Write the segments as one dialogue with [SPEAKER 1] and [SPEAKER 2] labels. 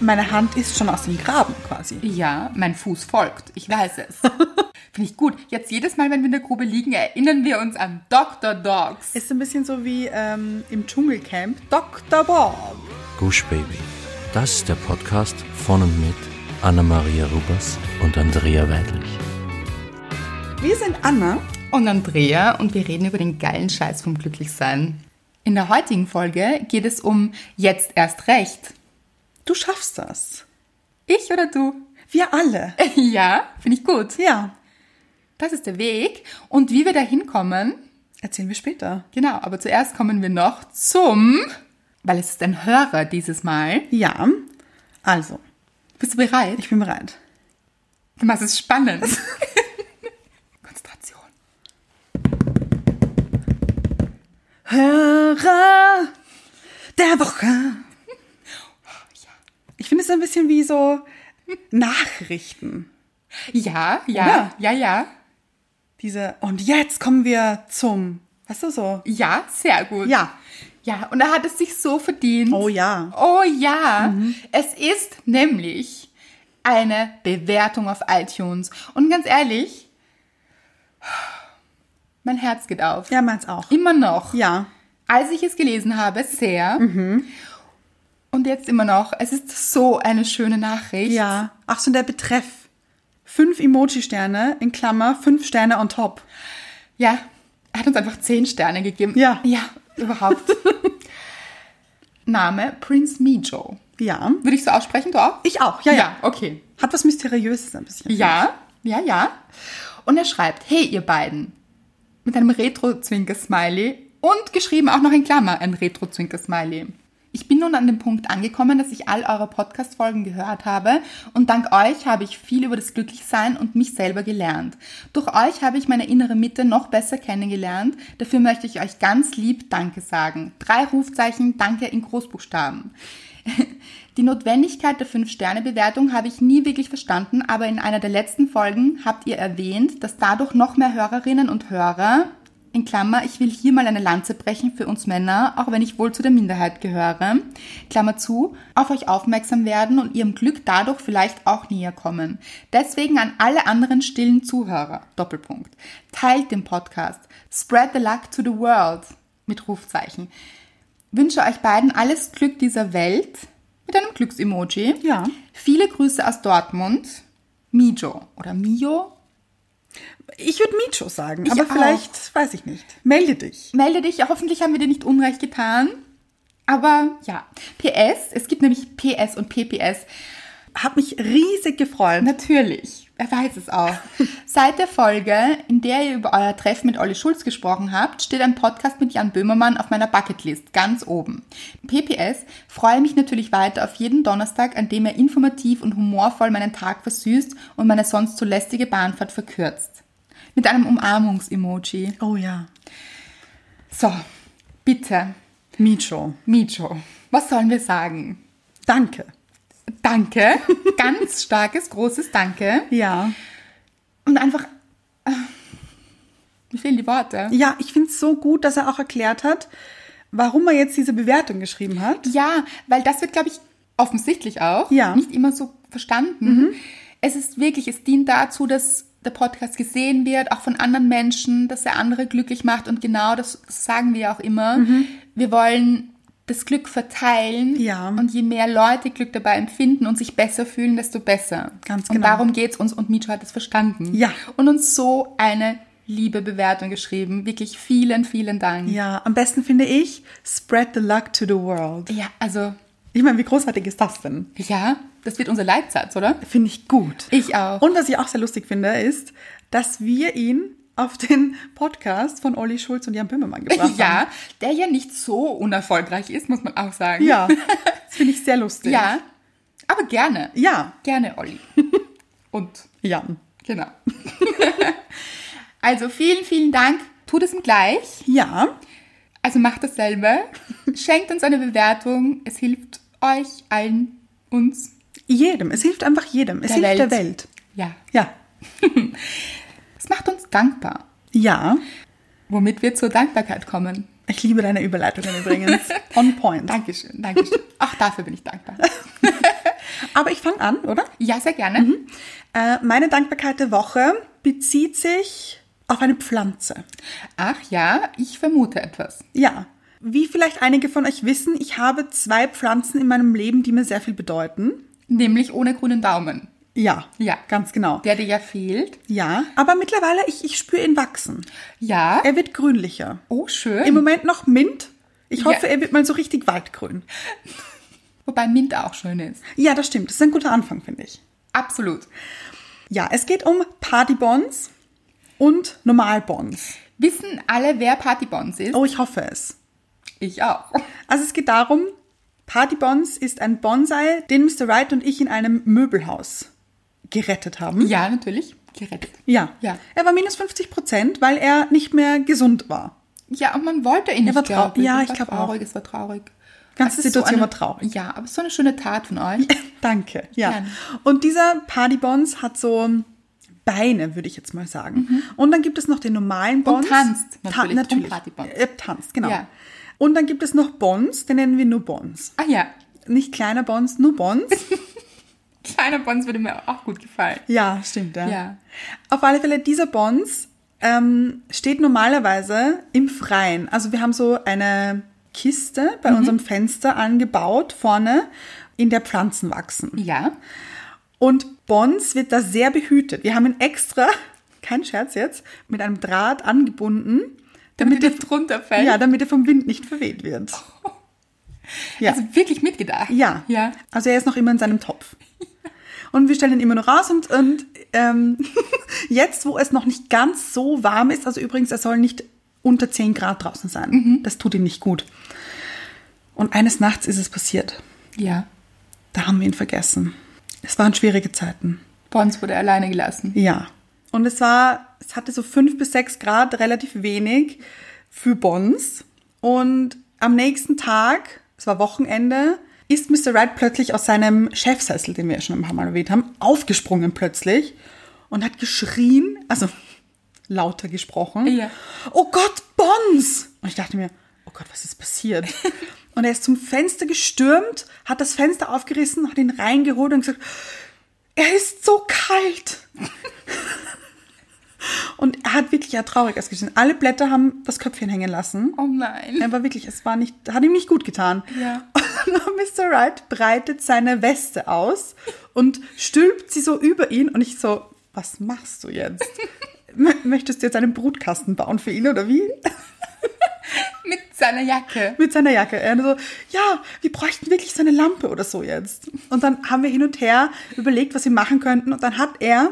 [SPEAKER 1] meine Hand ist schon aus dem Graben quasi.
[SPEAKER 2] Ja, mein Fuß folgt. Ich weiß es. Finde ich gut. Jetzt jedes Mal, wenn wir in der Grube liegen, erinnern wir uns an Dr. Dogs.
[SPEAKER 1] Ist ein bisschen so wie ähm, im Dschungelcamp Dr. Bob.
[SPEAKER 3] Gush Baby. Das ist der Podcast von und mit Anna-Maria Rubers und Andrea Weidlich.
[SPEAKER 1] Wir sind Anna.
[SPEAKER 2] Und Andrea und wir reden über den geilen Scheiß vom Glücklichsein. In der heutigen Folge geht es um jetzt erst recht.
[SPEAKER 1] Du schaffst das.
[SPEAKER 2] Ich oder du?
[SPEAKER 1] Wir alle.
[SPEAKER 2] Ja, finde ich gut.
[SPEAKER 1] Ja,
[SPEAKER 2] Das ist der Weg. Und wie wir da hinkommen,
[SPEAKER 1] erzählen wir später.
[SPEAKER 2] genau, aber zuerst kommen wir noch zum, weil es ist ein Hörer dieses Mal.
[SPEAKER 1] Ja, also,
[SPEAKER 2] Bist du bereit?
[SPEAKER 1] ich bin bereit.
[SPEAKER 2] Du machst es spannend. Konzentration.
[SPEAKER 1] Hörer der Woche. Ich finde es ein bisschen wie so Nachrichten.
[SPEAKER 2] Ja, ja, ja, ja.
[SPEAKER 1] Diese, und jetzt kommen wir zum, weißt du so?
[SPEAKER 2] Ja, sehr gut.
[SPEAKER 1] Ja.
[SPEAKER 2] Ja, und er hat es sich so verdient.
[SPEAKER 1] Oh ja. Mhm.
[SPEAKER 2] Oh ja. Es ist nämlich eine Bewertung auf iTunes. Und ganz ehrlich, mein Herz geht auf.
[SPEAKER 1] Ja, meins auch.
[SPEAKER 2] Immer noch.
[SPEAKER 1] Ja. Mhm.
[SPEAKER 2] Als ich es gelesen habe, sehr. Und jetzt immer noch. Es ist so eine schöne Nachricht.
[SPEAKER 1] Ja. Ach so, und der Betreff. Fünf Emoji-Sterne in Klammer, fünf Sterne on top.
[SPEAKER 2] Ja, er hat uns einfach zehn Sterne gegeben.
[SPEAKER 1] Ja.
[SPEAKER 2] Ja, überhaupt. Name Prince Mijo.
[SPEAKER 1] Ja.
[SPEAKER 2] Würde ich so aussprechen, du auch?
[SPEAKER 1] Ich auch, ja, ja.
[SPEAKER 2] Ja, okay.
[SPEAKER 1] Hat was Mysteriöses ein bisschen.
[SPEAKER 2] Ja, ja, ja. Und er schreibt, hey ihr beiden, mit einem Retro-Zwinker-Smiley und geschrieben auch noch in Klammer ein Retro-Zwinker-Smiley. Ich bin nun an dem Punkt angekommen, dass ich all eure Podcast-Folgen gehört habe und dank euch habe ich viel über das Glücklichsein und mich selber gelernt. Durch euch habe ich meine innere Mitte noch besser kennengelernt. Dafür möchte ich euch ganz lieb Danke sagen. Drei Rufzeichen Danke in Großbuchstaben. Die Notwendigkeit der 5-Sterne-Bewertung habe ich nie wirklich verstanden, aber in einer der letzten Folgen habt ihr erwähnt, dass dadurch noch mehr Hörerinnen und Hörer, in Klammer, ich will hier mal eine Lanze brechen für uns Männer, auch wenn ich wohl zu der Minderheit gehöre, Klammer zu, auf euch aufmerksam werden und ihrem Glück dadurch vielleicht auch näher kommen. Deswegen an alle anderen stillen Zuhörer, Doppelpunkt, teilt den Podcast, spread the luck to the world, mit Rufzeichen wünsche euch beiden alles Glück dieser Welt mit einem Glücksemoji.
[SPEAKER 1] Ja.
[SPEAKER 2] Viele Grüße aus Dortmund. Mijo oder Mio.
[SPEAKER 1] Ich würde Micho sagen,
[SPEAKER 2] Ich
[SPEAKER 1] aber
[SPEAKER 2] auch.
[SPEAKER 1] vielleicht, weiß ich nicht. Melde dich.
[SPEAKER 2] Melde dich, hoffentlich haben wir dir nicht Unrecht getan. Aber ja, PS, es gibt nämlich PS und PPS.
[SPEAKER 1] Hat mich riesig gefreut.
[SPEAKER 2] Natürlich. Er weiß es auch. Seit der Folge, in der ihr über euer Treffen mit Olli Schulz gesprochen habt, steht ein Podcast mit Jan Böhmermann auf meiner Bucketlist ganz oben. PPS freue mich natürlich weiter auf jeden Donnerstag, an dem er informativ und humorvoll meinen Tag versüßt und meine sonst so lästige Bahnfahrt verkürzt. Mit einem Umarmungs-Emoji.
[SPEAKER 1] Oh ja.
[SPEAKER 2] So, bitte,
[SPEAKER 1] Micho.
[SPEAKER 2] Micho, was sollen wir sagen?
[SPEAKER 1] Danke.
[SPEAKER 2] Danke, ganz starkes, großes Danke.
[SPEAKER 1] Ja.
[SPEAKER 2] Und einfach. äh, Mir fehlen die Worte.
[SPEAKER 1] Ja, ich finde es so gut, dass er auch erklärt hat, warum er jetzt diese Bewertung geschrieben hat.
[SPEAKER 2] Ja, weil das wird, glaube ich, offensichtlich auch
[SPEAKER 1] Ja. Mhm.
[SPEAKER 2] nicht immer so verstanden. Es ist wirklich, es dient dazu, dass der Podcast gesehen wird, auch von anderen Menschen, dass er andere glücklich macht. Und genau das sagen wir ja auch immer.
[SPEAKER 1] Mhm.
[SPEAKER 2] Wir wollen das Glück verteilen.
[SPEAKER 1] Ja.
[SPEAKER 2] Und je mehr Leute Glück dabei empfinden und sich besser fühlen, desto besser.
[SPEAKER 1] Ganz
[SPEAKER 2] Und
[SPEAKER 1] genau.
[SPEAKER 2] darum geht es uns. Und Micho hat es verstanden.
[SPEAKER 1] Ja.
[SPEAKER 2] Und uns so eine liebe Bewertung geschrieben. Wirklich vielen, vielen Dank.
[SPEAKER 1] Ja, am besten finde ich, spread the luck to the world.
[SPEAKER 2] ja also
[SPEAKER 1] Ich meine, wie großartig ist das denn?
[SPEAKER 2] Ja, das wird unser Leitsatz, oder?
[SPEAKER 1] Finde ich gut.
[SPEAKER 2] Ich auch.
[SPEAKER 1] Und was ich auch sehr lustig finde, ist, dass wir ihn auf den Podcast von Olli Schulz und Jan Böhmermann gebracht haben.
[SPEAKER 2] ja, der ja nicht so unerfolgreich ist, muss man auch sagen.
[SPEAKER 1] Ja. Das finde ich sehr lustig.
[SPEAKER 2] Ja. Aber gerne.
[SPEAKER 1] Ja.
[SPEAKER 2] Gerne, Olli. Und
[SPEAKER 1] Jan.
[SPEAKER 2] genau. also vielen, vielen Dank. Tut es ihm gleich.
[SPEAKER 1] Ja.
[SPEAKER 2] Also macht dasselbe. Schenkt uns eine Bewertung. Es hilft euch allen, uns,
[SPEAKER 1] Jedem. Es hilft einfach jedem. Es
[SPEAKER 2] Der
[SPEAKER 1] hilft
[SPEAKER 2] Welt.
[SPEAKER 1] der Welt.
[SPEAKER 2] ja.
[SPEAKER 1] Ja.
[SPEAKER 2] Es macht uns dankbar.
[SPEAKER 1] Ja.
[SPEAKER 2] Womit wir zur Dankbarkeit kommen.
[SPEAKER 1] Ich liebe deine Überleitungen übrigens. On point.
[SPEAKER 2] Dankeschön, Dankeschön. Auch dafür bin ich dankbar.
[SPEAKER 1] Aber ich fange an, oder?
[SPEAKER 2] Ja, sehr gerne.
[SPEAKER 1] Äh, meine Dankbarkeit der Woche bezieht sich auf eine Pflanze.
[SPEAKER 2] Ach ja, ich vermute etwas.
[SPEAKER 1] Ja. Wie vielleicht einige von euch wissen, ich habe zwei Pflanzen in meinem Leben, die mir sehr viel bedeuten.
[SPEAKER 2] Nämlich ohne grünen Daumen.
[SPEAKER 1] Ja.
[SPEAKER 2] Ja.
[SPEAKER 1] Ganz genau.
[SPEAKER 2] Der dir ja fehlt.
[SPEAKER 1] Ja. Aber mittlerweile, ich, ich spüre ihn wachsen.
[SPEAKER 2] Ja.
[SPEAKER 1] Er wird grünlicher.
[SPEAKER 2] Oh, schön.
[SPEAKER 1] Im Moment noch mint. Ich
[SPEAKER 2] Ja.
[SPEAKER 1] hoffe, er wird mal so richtig waldgrün.
[SPEAKER 2] Wobei Mint auch schön ist.
[SPEAKER 1] Ja, das stimmt. Das ist ein guter Anfang, finde ich.
[SPEAKER 2] Absolut.
[SPEAKER 1] Ja, es geht um Partybonds und Normalbonds.
[SPEAKER 2] Wissen alle, wer Partybons ist?
[SPEAKER 1] Oh, ich hoffe es.
[SPEAKER 2] Ich auch.
[SPEAKER 1] Also es geht darum, Partybons ist ein Bonsai, den Mr. Wright und ich in einem Möbelhaus gerettet haben.
[SPEAKER 2] Ja, natürlich. Gerettet.
[SPEAKER 1] Ja.
[SPEAKER 2] Ja.
[SPEAKER 1] Er war minus 50 Prozent, weil er nicht mehr gesund war.
[SPEAKER 2] Ja, und man wollte ihn nicht.
[SPEAKER 1] war trau-
[SPEAKER 2] glaube ich.
[SPEAKER 1] ja,
[SPEAKER 2] Es
[SPEAKER 1] ich
[SPEAKER 2] war
[SPEAKER 1] glaub auch.
[SPEAKER 2] traurig, Es war traurig.
[SPEAKER 1] Ganze
[SPEAKER 2] Es ist
[SPEAKER 1] Situation
[SPEAKER 2] eine,
[SPEAKER 1] war traurig.
[SPEAKER 2] Ja, aber so eine schöne Tat von euch.
[SPEAKER 1] Danke. Ja.
[SPEAKER 2] Gerne.
[SPEAKER 1] Und dieser Partybons hat so Beine, würde ich jetzt mal sagen. Und dann gibt es noch den normalen Bons.
[SPEAKER 2] Mhm. tanzt natürlich,
[SPEAKER 1] Ta natürlich.
[SPEAKER 2] drum Partybons.
[SPEAKER 1] Er tanzt, genau.
[SPEAKER 2] Ja.
[SPEAKER 1] Und dann gibt es noch Bons, den nennen wir nur Bons.
[SPEAKER 2] Ah ja,
[SPEAKER 1] Nicht kleiner Bons, nur Bons.
[SPEAKER 2] kleiner Bons würde mir auch gut gefallen.
[SPEAKER 1] Ja, stimmt, ja.
[SPEAKER 2] Ja.
[SPEAKER 1] Auf alle Fälle, dieser Bons ähm, steht normalerweise im Freien. Also wir haben so eine Kiste
[SPEAKER 2] Mhm.
[SPEAKER 1] bei unserem Fenster angebaut, vorne, in der Pflanzen wachsen.
[SPEAKER 2] Ja,
[SPEAKER 1] Und Bons wird da sehr behütet. Wir haben ihn extra, kein Scherz jetzt, mit einem Draht angebunden,
[SPEAKER 2] damit, er drunter fällt.
[SPEAKER 1] ja, damit er vom Wind nicht verweht wird. Ja.
[SPEAKER 2] Also wirklich mitgedacht.
[SPEAKER 1] Ja.
[SPEAKER 2] Ja.
[SPEAKER 1] Also er ist noch immer in seinem Topf. Und wir stellen ihn immer noch raus und, und ähm, jetzt, wo es noch nicht ganz so warm ist, also übrigens, er soll nicht unter 10 Grad draußen sein.
[SPEAKER 2] Mhm.
[SPEAKER 1] Das tut ihm nicht gut. Und eines Nachts ist es passiert.
[SPEAKER 2] Ja.
[SPEAKER 1] Da haben wir ihn vergessen. Es waren schwierige Zeiten.
[SPEAKER 2] Bons wurde alleine gelassen.
[SPEAKER 1] Ja. Und es war, es hatte so fünf bis sechs Grad, relativ wenig für Bons. Und am nächsten Tag, es war Wochenende, ist Mr. Wright plötzlich aus seinem Chefsessel, den wir ja schon ein paar Mal erwähnt haben, aufgesprungen plötzlich und hat geschrien, also lauter gesprochen.
[SPEAKER 2] Ja.
[SPEAKER 1] Oh Gott, Bons! Und ich dachte mir, oh Gott, was ist passiert? und er ist zum Fenster gestürmt, hat das Fenster aufgerissen, hat ihn reingeholt und gesagt, er ist so kalt. und er hat wirklich ja traurig ausgesehen. Alle Blätter haben das Köpfchen hängen lassen.
[SPEAKER 2] Oh nein.
[SPEAKER 1] Er war wirklich, es war nicht, hat ihm nicht gut getan.
[SPEAKER 2] Ja.
[SPEAKER 1] Und Mr. Wright breitet seine Weste aus und stülpt sie so über ihn und ich so, was machst du jetzt? M- Möchtest du jetzt einen Brutkasten bauen für ihn oder wie?
[SPEAKER 2] Mit seiner Jacke.
[SPEAKER 1] mit seiner Jacke. Er so, ja, wir bräuchten wirklich so eine Lampe oder so jetzt. Und dann haben wir hin und her überlegt, was wir machen könnten. Und dann hat er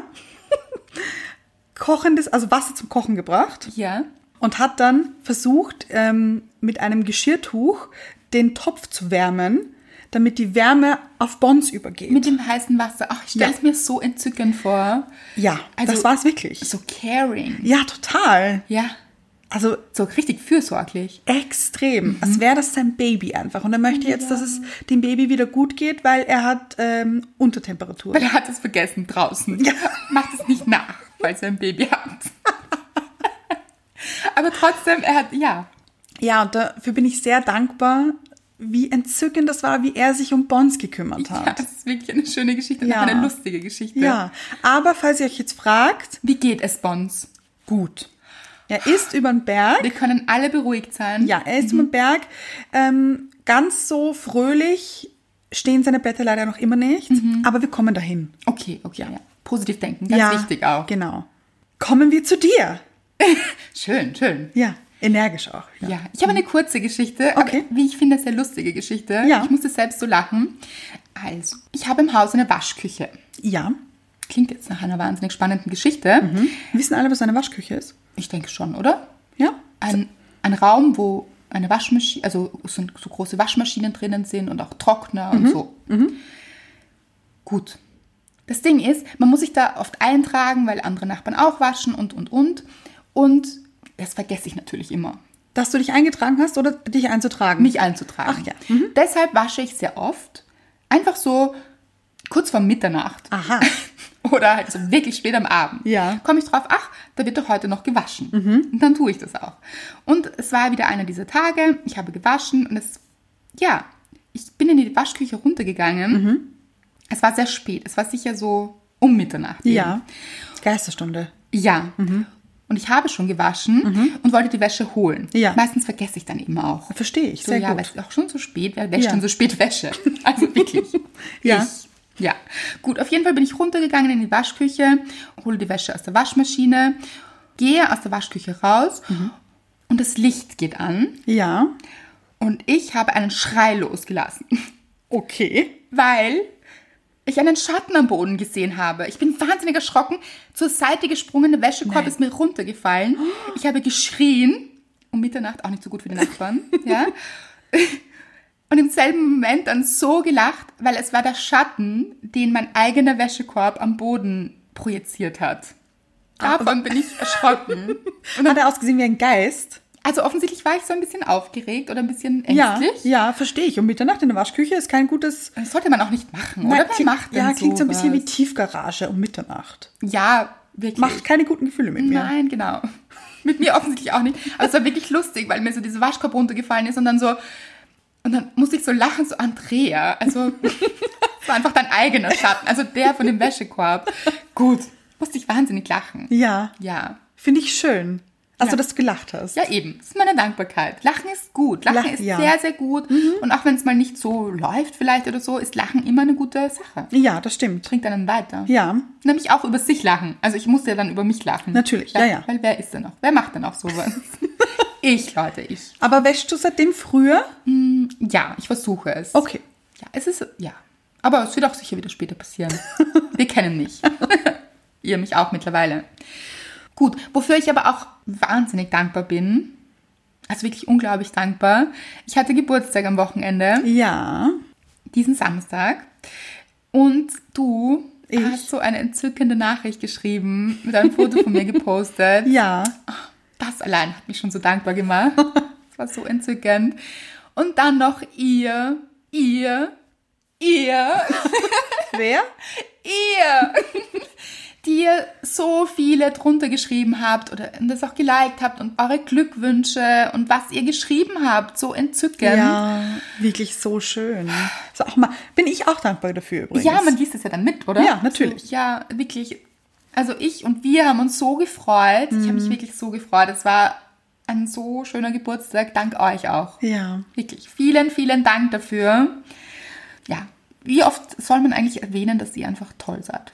[SPEAKER 1] kochendes, also Wasser zum Kochen gebracht
[SPEAKER 2] Ja.
[SPEAKER 1] und hat dann versucht, ähm, mit einem Geschirrtuch den Topf zu wärmen, damit die Wärme auf Bons übergeht.
[SPEAKER 2] Mit dem heißen Wasser. Ach, ich stelle es
[SPEAKER 1] Ja.
[SPEAKER 2] mir so entzückend vor.
[SPEAKER 1] ja,
[SPEAKER 2] Also-
[SPEAKER 1] das war es wirklich.
[SPEAKER 2] So caring.
[SPEAKER 1] Ja, total.
[SPEAKER 2] Ja.
[SPEAKER 1] Also
[SPEAKER 2] So richtig fürsorglich. Mhm.
[SPEAKER 1] extrem. Als wäre das sein Baby einfach. Und er möchte jetzt, dass es dem Baby wieder gut geht, weil er hat ähm, Untertemperatur.
[SPEAKER 2] Weil er hat es vergessen draußen. Ja. Macht es nicht nach, weil er ein Baby hat. Aber trotzdem, er hat, ja.
[SPEAKER 1] Ja, und dafür bin ich sehr dankbar, wie entzückend das war, wie er sich um Bons gekümmert
[SPEAKER 2] ja.
[SPEAKER 1] hat.
[SPEAKER 2] Das ist wirklich eine schöne Geschichte.
[SPEAKER 1] Ja.
[SPEAKER 2] Ja. Eine lustige Geschichte.
[SPEAKER 1] Ja. aber falls ihr euch jetzt fragt,
[SPEAKER 2] Wie geht es Bons?
[SPEAKER 1] gut. Er ist über den Berg.
[SPEAKER 2] Wir können alle beruhigt sein.
[SPEAKER 1] Ja, er
[SPEAKER 2] Mhm.
[SPEAKER 1] ist über den Berg. Ähm, ganz so fröhlich stehen seine Blätter leider noch immer nicht, aber wir kommen dahin.
[SPEAKER 2] Okay, okay, ja. Positiv denken, Mhm. ganz
[SPEAKER 1] ja,
[SPEAKER 2] wichtig auch.
[SPEAKER 1] Genau. Kommen wir zu dir.
[SPEAKER 2] Schön, schön.
[SPEAKER 1] Ja, energisch auch.
[SPEAKER 2] Ja, ich habe eine kurze Geschichte, aber
[SPEAKER 1] Okay.
[SPEAKER 2] wie ich finde, sehr lustige Geschichte.
[SPEAKER 1] Ja.
[SPEAKER 2] Ich musste selbst so lachen. Also, ich habe im Haus eine Waschküche.
[SPEAKER 1] Ja.
[SPEAKER 2] Klingt jetzt nach einer wahnsinnig spannenden Geschichte.
[SPEAKER 1] Wissen alle, was eine Waschküche ist?
[SPEAKER 2] Ich denke schon, oder?
[SPEAKER 1] Ja.
[SPEAKER 2] Ein, ein Raum, wo eine Waschmaschine, also so, so große Waschmaschinen drinnen sind und auch Trockner
[SPEAKER 1] Mhm.
[SPEAKER 2] und so. Gut. Das Ding ist, man muss sich da oft eintragen, weil andere Nachbarn auch waschen und, und, und. Und das vergesse ich natürlich immer.
[SPEAKER 1] Dass du dich eingetragen hast oder dich einzutragen?
[SPEAKER 2] mich einzutragen. Mhm.
[SPEAKER 1] Ach ja.
[SPEAKER 2] Deshalb wasche ich sehr oft. Einfach so kurz vor Mitternacht.
[SPEAKER 1] Aha.
[SPEAKER 2] Oder halt so wirklich spät am Abend.
[SPEAKER 1] Ja. Mhm.
[SPEAKER 2] Komme ich drauf, ach, da wird doch heute noch gewaschen. Und dann tue ich das auch. Und es war wieder einer dieser Tage. Ich
[SPEAKER 1] Mhm.
[SPEAKER 2] habe gewaschen und es, ja, ich bin in die Waschküche runtergegangen. Es war sehr spät. Es war sicher so um Mitternacht. eben.
[SPEAKER 1] Ja. Geisterstunde.
[SPEAKER 2] Ja.
[SPEAKER 1] Mhm.
[SPEAKER 2] Und ich habe schon gewaschen und wollte die Wäsche holen.
[SPEAKER 1] Ja.
[SPEAKER 2] Meistens vergesse ich dann eben auch.
[SPEAKER 1] Verstehe ich.
[SPEAKER 2] So,
[SPEAKER 1] Sehr
[SPEAKER 2] ja,
[SPEAKER 1] gut.
[SPEAKER 2] aber es ist auch schon so spät. Wer wäscht
[SPEAKER 1] Ja.
[SPEAKER 2] denn so spät Wäsche? Also wirklich.
[SPEAKER 1] Ja.
[SPEAKER 2] Ich. Ja. Gut, auf jeden Fall bin ich runtergegangen in die Waschküche, hole die Wäsche aus der Waschmaschine, gehe aus der Waschküche raus
[SPEAKER 1] Mhm.
[SPEAKER 2] und das Licht geht an
[SPEAKER 1] Ja.
[SPEAKER 2] und ich habe einen Schrei losgelassen,
[SPEAKER 1] Okay.
[SPEAKER 2] weil ich einen Schatten am Boden gesehen habe. Ich bin wahnsinnig erschrocken, zur Seite gesprungen, der Wäschekorb
[SPEAKER 1] Nein.
[SPEAKER 2] ist mir runtergefallen. Ich habe geschrien, um Mitternacht auch nicht so gut für die Nachbarn, ja. Und im selben Moment dann so gelacht, weil es war der Schatten, den mein eigener Wäschekorb am Boden projiziert hat.
[SPEAKER 1] Ah,
[SPEAKER 2] Davon bin ich erschrocken.
[SPEAKER 1] Hat er ausgesehen wie ein Geist?
[SPEAKER 2] Also offensichtlich war ich so ein bisschen aufgeregt oder ein bisschen
[SPEAKER 1] Ja.
[SPEAKER 2] ängstlich.
[SPEAKER 1] Ja, verstehe ich. Um Mitternacht in der Waschküche ist kein gutes.
[SPEAKER 2] Das sollte man auch nicht machen,
[SPEAKER 1] Nein,
[SPEAKER 2] oder? Wer
[SPEAKER 1] klingt-
[SPEAKER 2] macht denn
[SPEAKER 1] Ja, klingt so ein bisschen wie
[SPEAKER 2] sowas?
[SPEAKER 1] Tiefgarage um Mitternacht.
[SPEAKER 2] Ja, wirklich.
[SPEAKER 1] Macht keine guten Gefühle mit mir.
[SPEAKER 2] Nein, genau. Mit mir offensichtlich auch nicht. Aber es war wirklich lustig, weil mir so diese Waschkorb runtergefallen ist und dann so. Und dann musste ich so lachen, so Andrea. Also, es war einfach dein eigener Schatten. Also der von dem Wäschekorb. Gut. Musste ich wahnsinnig lachen.
[SPEAKER 1] Ja.
[SPEAKER 2] Ja.
[SPEAKER 1] Finde ich schön. Also,
[SPEAKER 2] Ja.
[SPEAKER 1] dass du gelacht hast.
[SPEAKER 2] Ja, eben. Das ist meine Dankbarkeit. Lachen ist gut. Lachen
[SPEAKER 1] Lach-
[SPEAKER 2] ist
[SPEAKER 1] ja. Mhm.
[SPEAKER 2] sehr, sehr gut. Und auch wenn es mal nicht so läuft, vielleicht oder so, ist Lachen immer eine gute Sache.
[SPEAKER 1] Ja, das stimmt.
[SPEAKER 2] Bringt einen weiter.
[SPEAKER 1] Ja.
[SPEAKER 2] Nämlich auch über sich lachen. Also ich musste ja dann über mich lachen.
[SPEAKER 1] Natürlich, ja, ja.
[SPEAKER 2] Weil wer ist denn noch? Wer macht denn auch sowas? ich, Leute, ich.
[SPEAKER 1] Aber wäschst du seitdem früher?
[SPEAKER 2] Ja, ich versuche es.
[SPEAKER 1] Okay.
[SPEAKER 2] Ja, es ist, ja. Aber es wird auch sicher wieder später passieren. Wir kennen mich. Ihr mich auch mittlerweile. Gut, wofür ich aber auch wahnsinnig dankbar bin. Also wirklich unglaublich dankbar. Ich hatte Geburtstag am Wochenende,
[SPEAKER 1] Ja.
[SPEAKER 2] diesen Samstag. Und du
[SPEAKER 1] Ich?
[SPEAKER 2] hast so eine entzückende Nachricht geschrieben, mit einem Foto von mir gepostet.
[SPEAKER 1] Ja.
[SPEAKER 2] Das allein hat mich schon so dankbar gemacht. Das war so entzückend. Und dann noch ihr, ihr, ihr,
[SPEAKER 1] Wer?
[SPEAKER 2] ihr, die ihr so viele drunter geschrieben habt oder das auch geliked habt und eure Glückwünsche und was ihr geschrieben habt, so entzückend.
[SPEAKER 1] Ja, wirklich so schön. So, auch mal, bin ich auch dankbar dafür übrigens.
[SPEAKER 2] Ja, man liest es ja dann mit, oder?
[SPEAKER 1] Ja, natürlich.
[SPEAKER 2] Also, ja, wirklich. Also ich und wir haben uns so gefreut. Ich habe
[SPEAKER 1] Mhm.
[SPEAKER 2] mich wirklich so gefreut. Es war ein so schöner Geburtstag. Dank euch auch.
[SPEAKER 1] Ja.
[SPEAKER 2] Wirklich. Vielen, vielen Dank dafür. Ja, wie oft soll man eigentlich erwähnen, dass ihr einfach toll seid?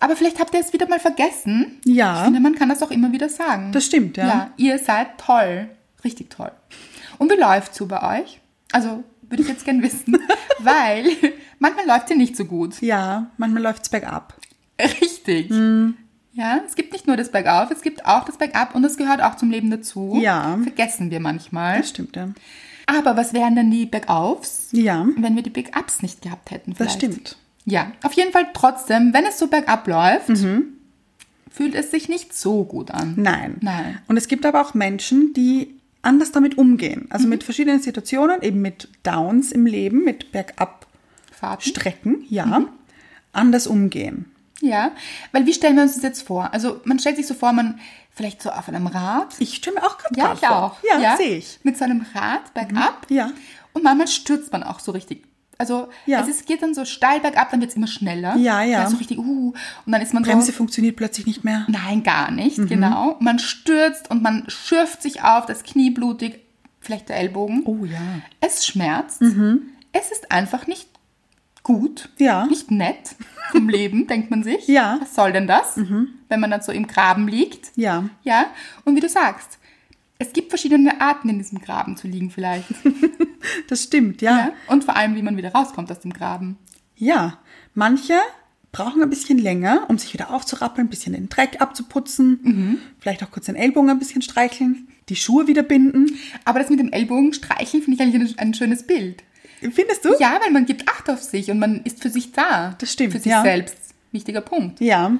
[SPEAKER 2] Aber vielleicht habt ihr es wieder mal vergessen.
[SPEAKER 1] Ja.
[SPEAKER 2] Ich finde, man kann das auch immer wieder sagen.
[SPEAKER 1] Das stimmt, ja.
[SPEAKER 2] Ja, ihr seid toll. Richtig toll. Und wie läuft's so bei euch? Also, würde ich jetzt gern wissen. weil manchmal läuft ihr nicht so gut.
[SPEAKER 1] Ja, manchmal läuft's bergab.
[SPEAKER 2] Richtig.
[SPEAKER 1] Mhm.
[SPEAKER 2] Ja, es gibt nicht nur das Bergauf, es gibt auch das Bergab und das gehört auch zum Leben dazu.
[SPEAKER 1] Ja.
[SPEAKER 2] Vergessen wir manchmal.
[SPEAKER 1] Das stimmt, ja.
[SPEAKER 2] Aber was wären denn die Bergaufs?
[SPEAKER 1] Ja,
[SPEAKER 2] Mhm. wenn wir die Big-Ups nicht gehabt hätten.
[SPEAKER 1] das
[SPEAKER 2] Vielleicht.
[SPEAKER 1] stimmt.
[SPEAKER 2] Ja, auf jeden Fall trotzdem, wenn es so bergab läuft, fühlt es sich nicht so gut an.
[SPEAKER 1] Mhm. Nein.
[SPEAKER 2] Nein.
[SPEAKER 1] Und es gibt aber auch Menschen, die anders damit umgehen. Also
[SPEAKER 2] Mhm.
[SPEAKER 1] mit verschiedenen Situationen, eben mit Downs im Leben, mit Bergabstrecken,
[SPEAKER 2] Fahrten. Mhm.
[SPEAKER 1] ja, anders umgehen.
[SPEAKER 2] ja, weil wie stellen wir uns das jetzt vor? Also man stellt sich so vor, man vielleicht so auf einem Rad.
[SPEAKER 1] Ich stelle mir auch gerade
[SPEAKER 2] Ja,
[SPEAKER 1] Rad
[SPEAKER 2] ich
[SPEAKER 1] vor.
[SPEAKER 2] auch.
[SPEAKER 1] Ja, sehe ich. Mhm.
[SPEAKER 2] Mit so einem Rad bergab.
[SPEAKER 1] Ja.
[SPEAKER 2] Und manchmal stürzt man auch so richtig. Also
[SPEAKER 1] Ja.
[SPEAKER 2] es ist, geht dann so steil bergab, dann wird es immer schneller.
[SPEAKER 1] Ja, ja.
[SPEAKER 2] Dann so richtig, uh, und dann ist man so...
[SPEAKER 1] Bremse funktioniert plötzlich nicht mehr.
[SPEAKER 2] Nein, gar nicht,
[SPEAKER 1] Mhm.
[SPEAKER 2] genau. Man stürzt und man schürft sich auf, das Knie blutig, vielleicht der Ellbogen.
[SPEAKER 1] Oh ja.
[SPEAKER 2] Es schmerzt. Es ist einfach nicht gut.
[SPEAKER 1] Ja.
[SPEAKER 2] Nicht nett vom Leben, denkt man sich.
[SPEAKER 1] Ja. Mhm.
[SPEAKER 2] Was soll denn das, wenn man dann so im Graben liegt?
[SPEAKER 1] Ja.
[SPEAKER 2] Ja. Und wie du sagst, es gibt verschiedene Arten, in diesem Graben zu liegen vielleicht.
[SPEAKER 1] Das stimmt, ja.
[SPEAKER 2] ja. Und vor allem, wie man wieder rauskommt aus dem Graben.
[SPEAKER 1] Ja, manche brauchen ein bisschen länger, um sich wieder aufzurappeln, ein bisschen den Dreck abzuputzen, vielleicht auch kurz den Ellbogen ein bisschen streicheln, die Schuhe wieder binden.
[SPEAKER 2] Aber das mit dem Ellbogen streicheln finde ich eigentlich ein, ein schönes Bild.
[SPEAKER 1] Findest du?
[SPEAKER 2] Ja, weil man gibt Acht auf sich und man ist für sich da.
[SPEAKER 1] Das stimmt,
[SPEAKER 2] Für sich
[SPEAKER 1] ja.
[SPEAKER 2] selbst. Wichtiger Punkt.
[SPEAKER 1] Ja.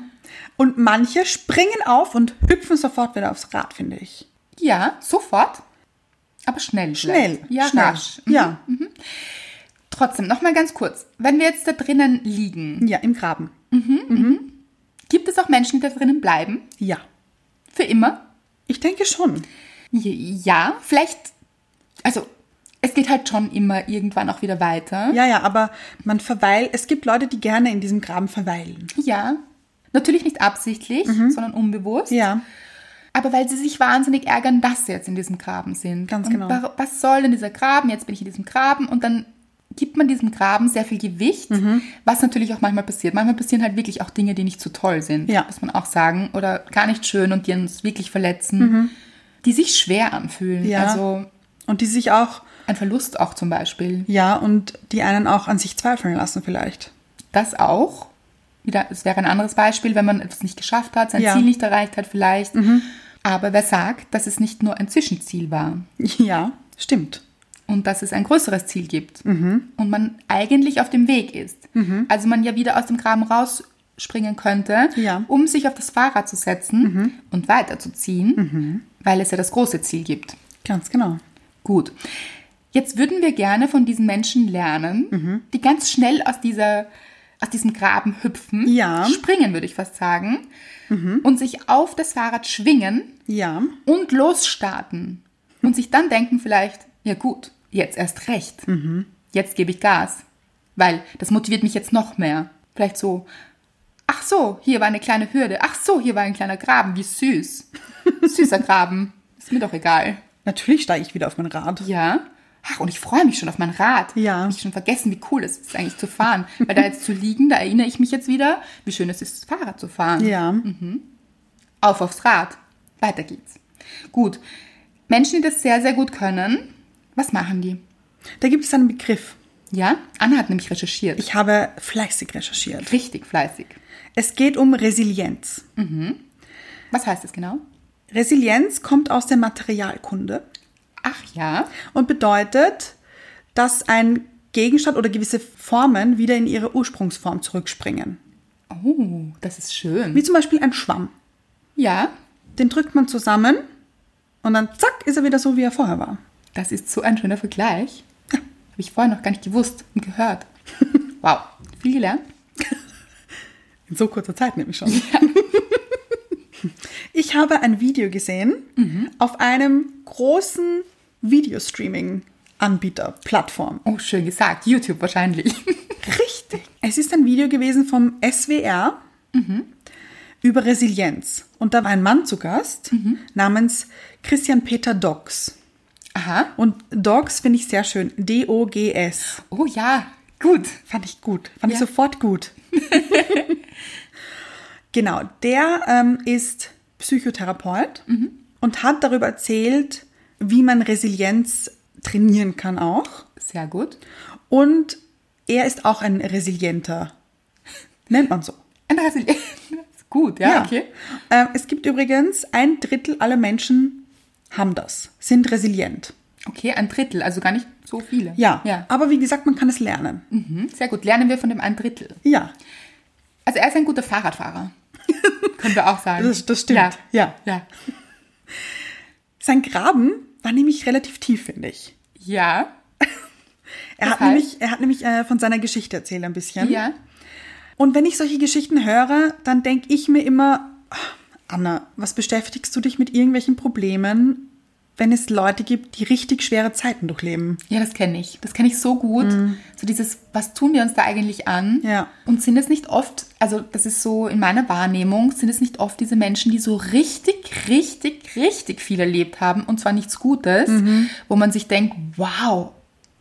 [SPEAKER 1] Und manche springen auf und hüpfen sofort wieder aufs Rad, finde ich.
[SPEAKER 2] Ja, sofort. Aber schnell.
[SPEAKER 1] Schnell,
[SPEAKER 2] vielleicht. Ja,
[SPEAKER 1] schnell.
[SPEAKER 2] rasch. Mhm.
[SPEAKER 1] Ja,
[SPEAKER 2] Trotzdem, nochmal ganz kurz. Wenn wir jetzt da drinnen liegen,
[SPEAKER 1] ja, im Graben.
[SPEAKER 2] gibt es auch Menschen, die da drinnen bleiben?
[SPEAKER 1] Ja.
[SPEAKER 2] Für immer?
[SPEAKER 1] Ich denke schon.
[SPEAKER 2] J- Ja, vielleicht. Also, es geht halt schon immer irgendwann auch wieder weiter.
[SPEAKER 1] Ja, ja, aber man verweilt. Es gibt Leute, die gerne in diesem Graben verweilen.
[SPEAKER 2] Ja. Natürlich nicht absichtlich, sondern unbewusst.
[SPEAKER 1] Mhm. Ja.
[SPEAKER 2] Aber weil sie sich wahnsinnig ärgern, dass sie jetzt in diesem Graben sind.
[SPEAKER 1] Ganz
[SPEAKER 2] und
[SPEAKER 1] genau.
[SPEAKER 2] wa- Was soll denn dieser Graben? Jetzt bin ich in diesem Graben und dann gibt man diesem Graben sehr viel Gewicht,
[SPEAKER 1] Mhm.
[SPEAKER 2] was natürlich auch manchmal passiert. Manchmal passieren halt wirklich auch Dinge, die nicht so toll sind,
[SPEAKER 1] Ja.
[SPEAKER 2] muss man auch sagen, oder gar nicht schön und die uns wirklich verletzen, die sich schwer anfühlen.
[SPEAKER 1] Mhm. Ja.
[SPEAKER 2] Also
[SPEAKER 1] Und die sich auch,
[SPEAKER 2] ein Verlust auch zum Beispiel.
[SPEAKER 1] ja, und die einen auch an sich zweifeln lassen vielleicht.
[SPEAKER 2] Das auch. Wieder, es wäre ein anderes Beispiel, wenn man etwas nicht geschafft hat, sein
[SPEAKER 1] Ja. Mhm.
[SPEAKER 2] Ziel nicht erreicht hat vielleicht. Aber wer sagt, dass es nicht nur ein Zwischenziel war?
[SPEAKER 1] Ja, stimmt.
[SPEAKER 2] und dass es ein größeres Ziel gibt
[SPEAKER 1] Mhm.
[SPEAKER 2] und man eigentlich auf dem Weg ist. Also man ja wieder aus dem Graben rausspringen könnte,
[SPEAKER 1] Ja. Mhm.
[SPEAKER 2] um sich auf das Fahrrad zu setzen und weiterzuziehen, weil es ja das große Ziel gibt.
[SPEAKER 1] Ganz genau.
[SPEAKER 2] Gut. Jetzt würden wir gerne von diesen Menschen lernen,
[SPEAKER 1] Mhm.
[SPEAKER 2] die ganz schnell aus, dieser, aus diesem Graben hüpfen,
[SPEAKER 1] Ja. Mhm.
[SPEAKER 2] springen würde ich fast sagen, und sich auf das Fahrrad schwingen
[SPEAKER 1] Ja,
[SPEAKER 2] und losstarten und sich dann denken vielleicht, ja gut, jetzt erst recht. Jetzt gebe ich Gas, weil das motiviert mich jetzt noch mehr. Vielleicht so, ach so, hier war eine kleine Hürde, ach so, hier war ein kleiner Graben, wie süß. Süßer Graben, ist mir doch egal.
[SPEAKER 1] natürlich steige ich wieder auf mein Rad.
[SPEAKER 2] Ja. Ach, und ich freue mich schon auf mein Rad.
[SPEAKER 1] Ja.
[SPEAKER 2] Hab Ich schon vergessen, wie cool es ist, eigentlich zu fahren. Weil da jetzt zu liegen, da erinnere ich mich jetzt wieder, wie schön es ist, Fahrrad zu fahren.
[SPEAKER 1] Ja,
[SPEAKER 2] Auf aufs Rad. Weiter geht's. Gut. Menschen, die das sehr, sehr gut können, was machen die?
[SPEAKER 1] da gibt es einen Begriff.
[SPEAKER 2] Ja, Anna hat nämlich recherchiert.
[SPEAKER 1] Ich habe fleißig recherchiert.
[SPEAKER 2] Richtig fleißig.
[SPEAKER 1] Es geht um Resilienz.
[SPEAKER 2] Was heißt das genau?
[SPEAKER 1] Resilienz kommt aus der Materialkunde
[SPEAKER 2] Ach ja.
[SPEAKER 1] und bedeutet, dass ein Gegenstand oder gewisse Formen wieder in ihre Ursprungsform zurückspringen.
[SPEAKER 2] Oh, das ist schön.
[SPEAKER 1] Wie zum Beispiel ein Schwamm.
[SPEAKER 2] Ja,
[SPEAKER 1] Den drückt man zusammen und dann zack ist er wieder so, wie er vorher war.
[SPEAKER 2] das ist so ein schöner Vergleich. Habe ich vorher noch gar nicht gewusst und gehört. Wow, viel gelernt.
[SPEAKER 1] In so kurzer Zeit nämlich schon. ich habe ein Video gesehen auf einem großen Videostreaming-Anbieter, Plattform.
[SPEAKER 2] Oh, schön gesagt. YouTube wahrscheinlich.
[SPEAKER 1] Richtig. Es ist ein Video gewesen vom SWR über Resilienz. Und da war ein Mann zu Gast namens Christian Peter Dogs.
[SPEAKER 2] Aha.
[SPEAKER 1] Und Dogs finde ich sehr schön. D-O-G-S.
[SPEAKER 2] Oh ja, gut.
[SPEAKER 1] Fand ich gut. Fand ich
[SPEAKER 2] Ja.
[SPEAKER 1] sofort gut. genau. Der ähm, ist Psychotherapeut
[SPEAKER 2] Mhm.
[SPEAKER 1] und hat darüber erzählt, wie man Resilienz trainieren kann auch.
[SPEAKER 2] Sehr gut.
[SPEAKER 1] Und er ist auch ein resilienter. Nennt man so.
[SPEAKER 2] Ein Brasilien. Ist Gut, ja, okay.
[SPEAKER 1] Ähm, es gibt übrigens ein Drittel aller Menschen haben das, sind resilient.
[SPEAKER 2] Okay, ein Drittel, also gar nicht so viele.
[SPEAKER 1] Ja.
[SPEAKER 2] ja.
[SPEAKER 1] Aber wie gesagt, man kann es lernen.
[SPEAKER 2] Mhm, sehr gut. Lernen wir von dem ein Drittel.
[SPEAKER 1] Ja.
[SPEAKER 2] Also er ist ein guter Fahrradfahrer. Können wir auch sagen.
[SPEAKER 1] Das- das stimmt,
[SPEAKER 2] Ja.
[SPEAKER 1] ja.
[SPEAKER 2] Ja.
[SPEAKER 1] Sein Graben war nämlich relativ tief, finde ich.
[SPEAKER 2] Ja.
[SPEAKER 1] Er
[SPEAKER 2] Das
[SPEAKER 1] hat
[SPEAKER 2] heißt?
[SPEAKER 1] nämlich, er hat nämlich äh, von seiner Geschichte erzählt ein bisschen.
[SPEAKER 2] ja.
[SPEAKER 1] Und wenn ich solche Geschichten höre, dann denke ich mir immer, "Ah, Anna, was beschäftigst du dich mit irgendwelchen Problemen, wenn es Leute gibt, die richtig schwere Zeiten durchleben?
[SPEAKER 2] Ja, das kenne ich. Das kenne ich so gut. So dieses, was tun wir uns da eigentlich an?
[SPEAKER 1] Mhm. Ja.
[SPEAKER 2] Und sind es nicht oft, also das ist so in meiner Wahrnehmung, sind es nicht oft diese Menschen, die so richtig, richtig, richtig viel erlebt haben und zwar nichts Gutes,
[SPEAKER 1] Mhm.
[SPEAKER 2] wo man sich denkt, wow,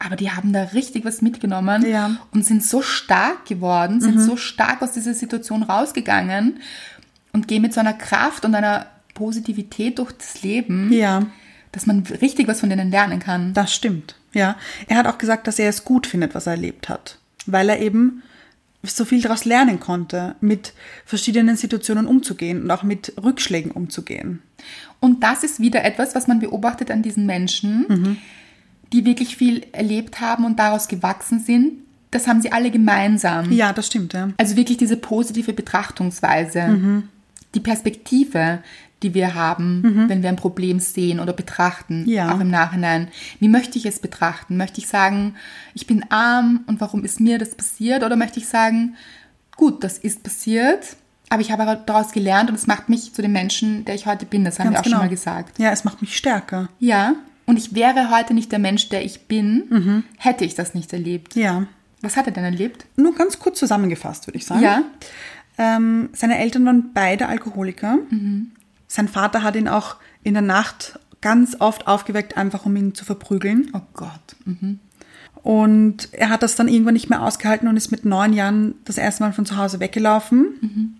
[SPEAKER 2] aber die haben da richtig was mitgenommen
[SPEAKER 1] Ja. Mhm.
[SPEAKER 2] und sind so stark geworden, sind so stark aus dieser Situation rausgegangen und gehen mit so einer Kraft und einer Positivität durch das Leben,
[SPEAKER 1] Ja.
[SPEAKER 2] dass man richtig was von denen lernen kann.
[SPEAKER 1] Das stimmt, ja. Er hat auch gesagt, dass er es gut findet, was er erlebt hat, weil er eben so viel daraus lernen konnte, mit verschiedenen Situationen umzugehen und auch mit Rückschlägen umzugehen.
[SPEAKER 2] Und das ist wieder etwas, was man beobachtet an diesen Menschen, die wirklich viel erlebt haben und daraus gewachsen sind. Das haben sie alle gemeinsam.
[SPEAKER 1] Ja, das stimmt, ja.
[SPEAKER 2] Also wirklich diese positive Betrachtungsweise, die Perspektive, die wir haben, wenn wir ein Problem sehen oder betrachten,
[SPEAKER 1] Ja.
[SPEAKER 2] auch im Nachhinein. Wie möchte ich es betrachten? Möchte ich sagen, ich bin arm und warum ist mir das passiert? Oder möchte ich sagen, gut, das ist passiert, aber ich habe daraus
[SPEAKER 1] genau.
[SPEAKER 2] gelernt und es macht mich zu dem Menschen, der ich heute bin. Das haben wir auch schon mal gesagt.
[SPEAKER 1] Ja, es macht mich stärker.
[SPEAKER 2] Ja, und und ich wäre heute nicht der Mensch, der ich bin, hätte ich das nicht erlebt.
[SPEAKER 1] Ja.
[SPEAKER 2] Was hat er denn erlebt?
[SPEAKER 1] Nur ganz kurz zusammengefasst, würde ich sagen.
[SPEAKER 2] Ja.
[SPEAKER 1] Ähm, seine Eltern waren beide Alkoholiker. Sein Vater hat ihn auch in der Nacht ganz oft aufgeweckt, einfach um ihn zu verprügeln.
[SPEAKER 2] Oh Gott. Mhm.
[SPEAKER 1] Und er hat das dann irgendwann nicht mehr ausgehalten und ist mit neun Jahren das erste Mal von zu Hause weggelaufen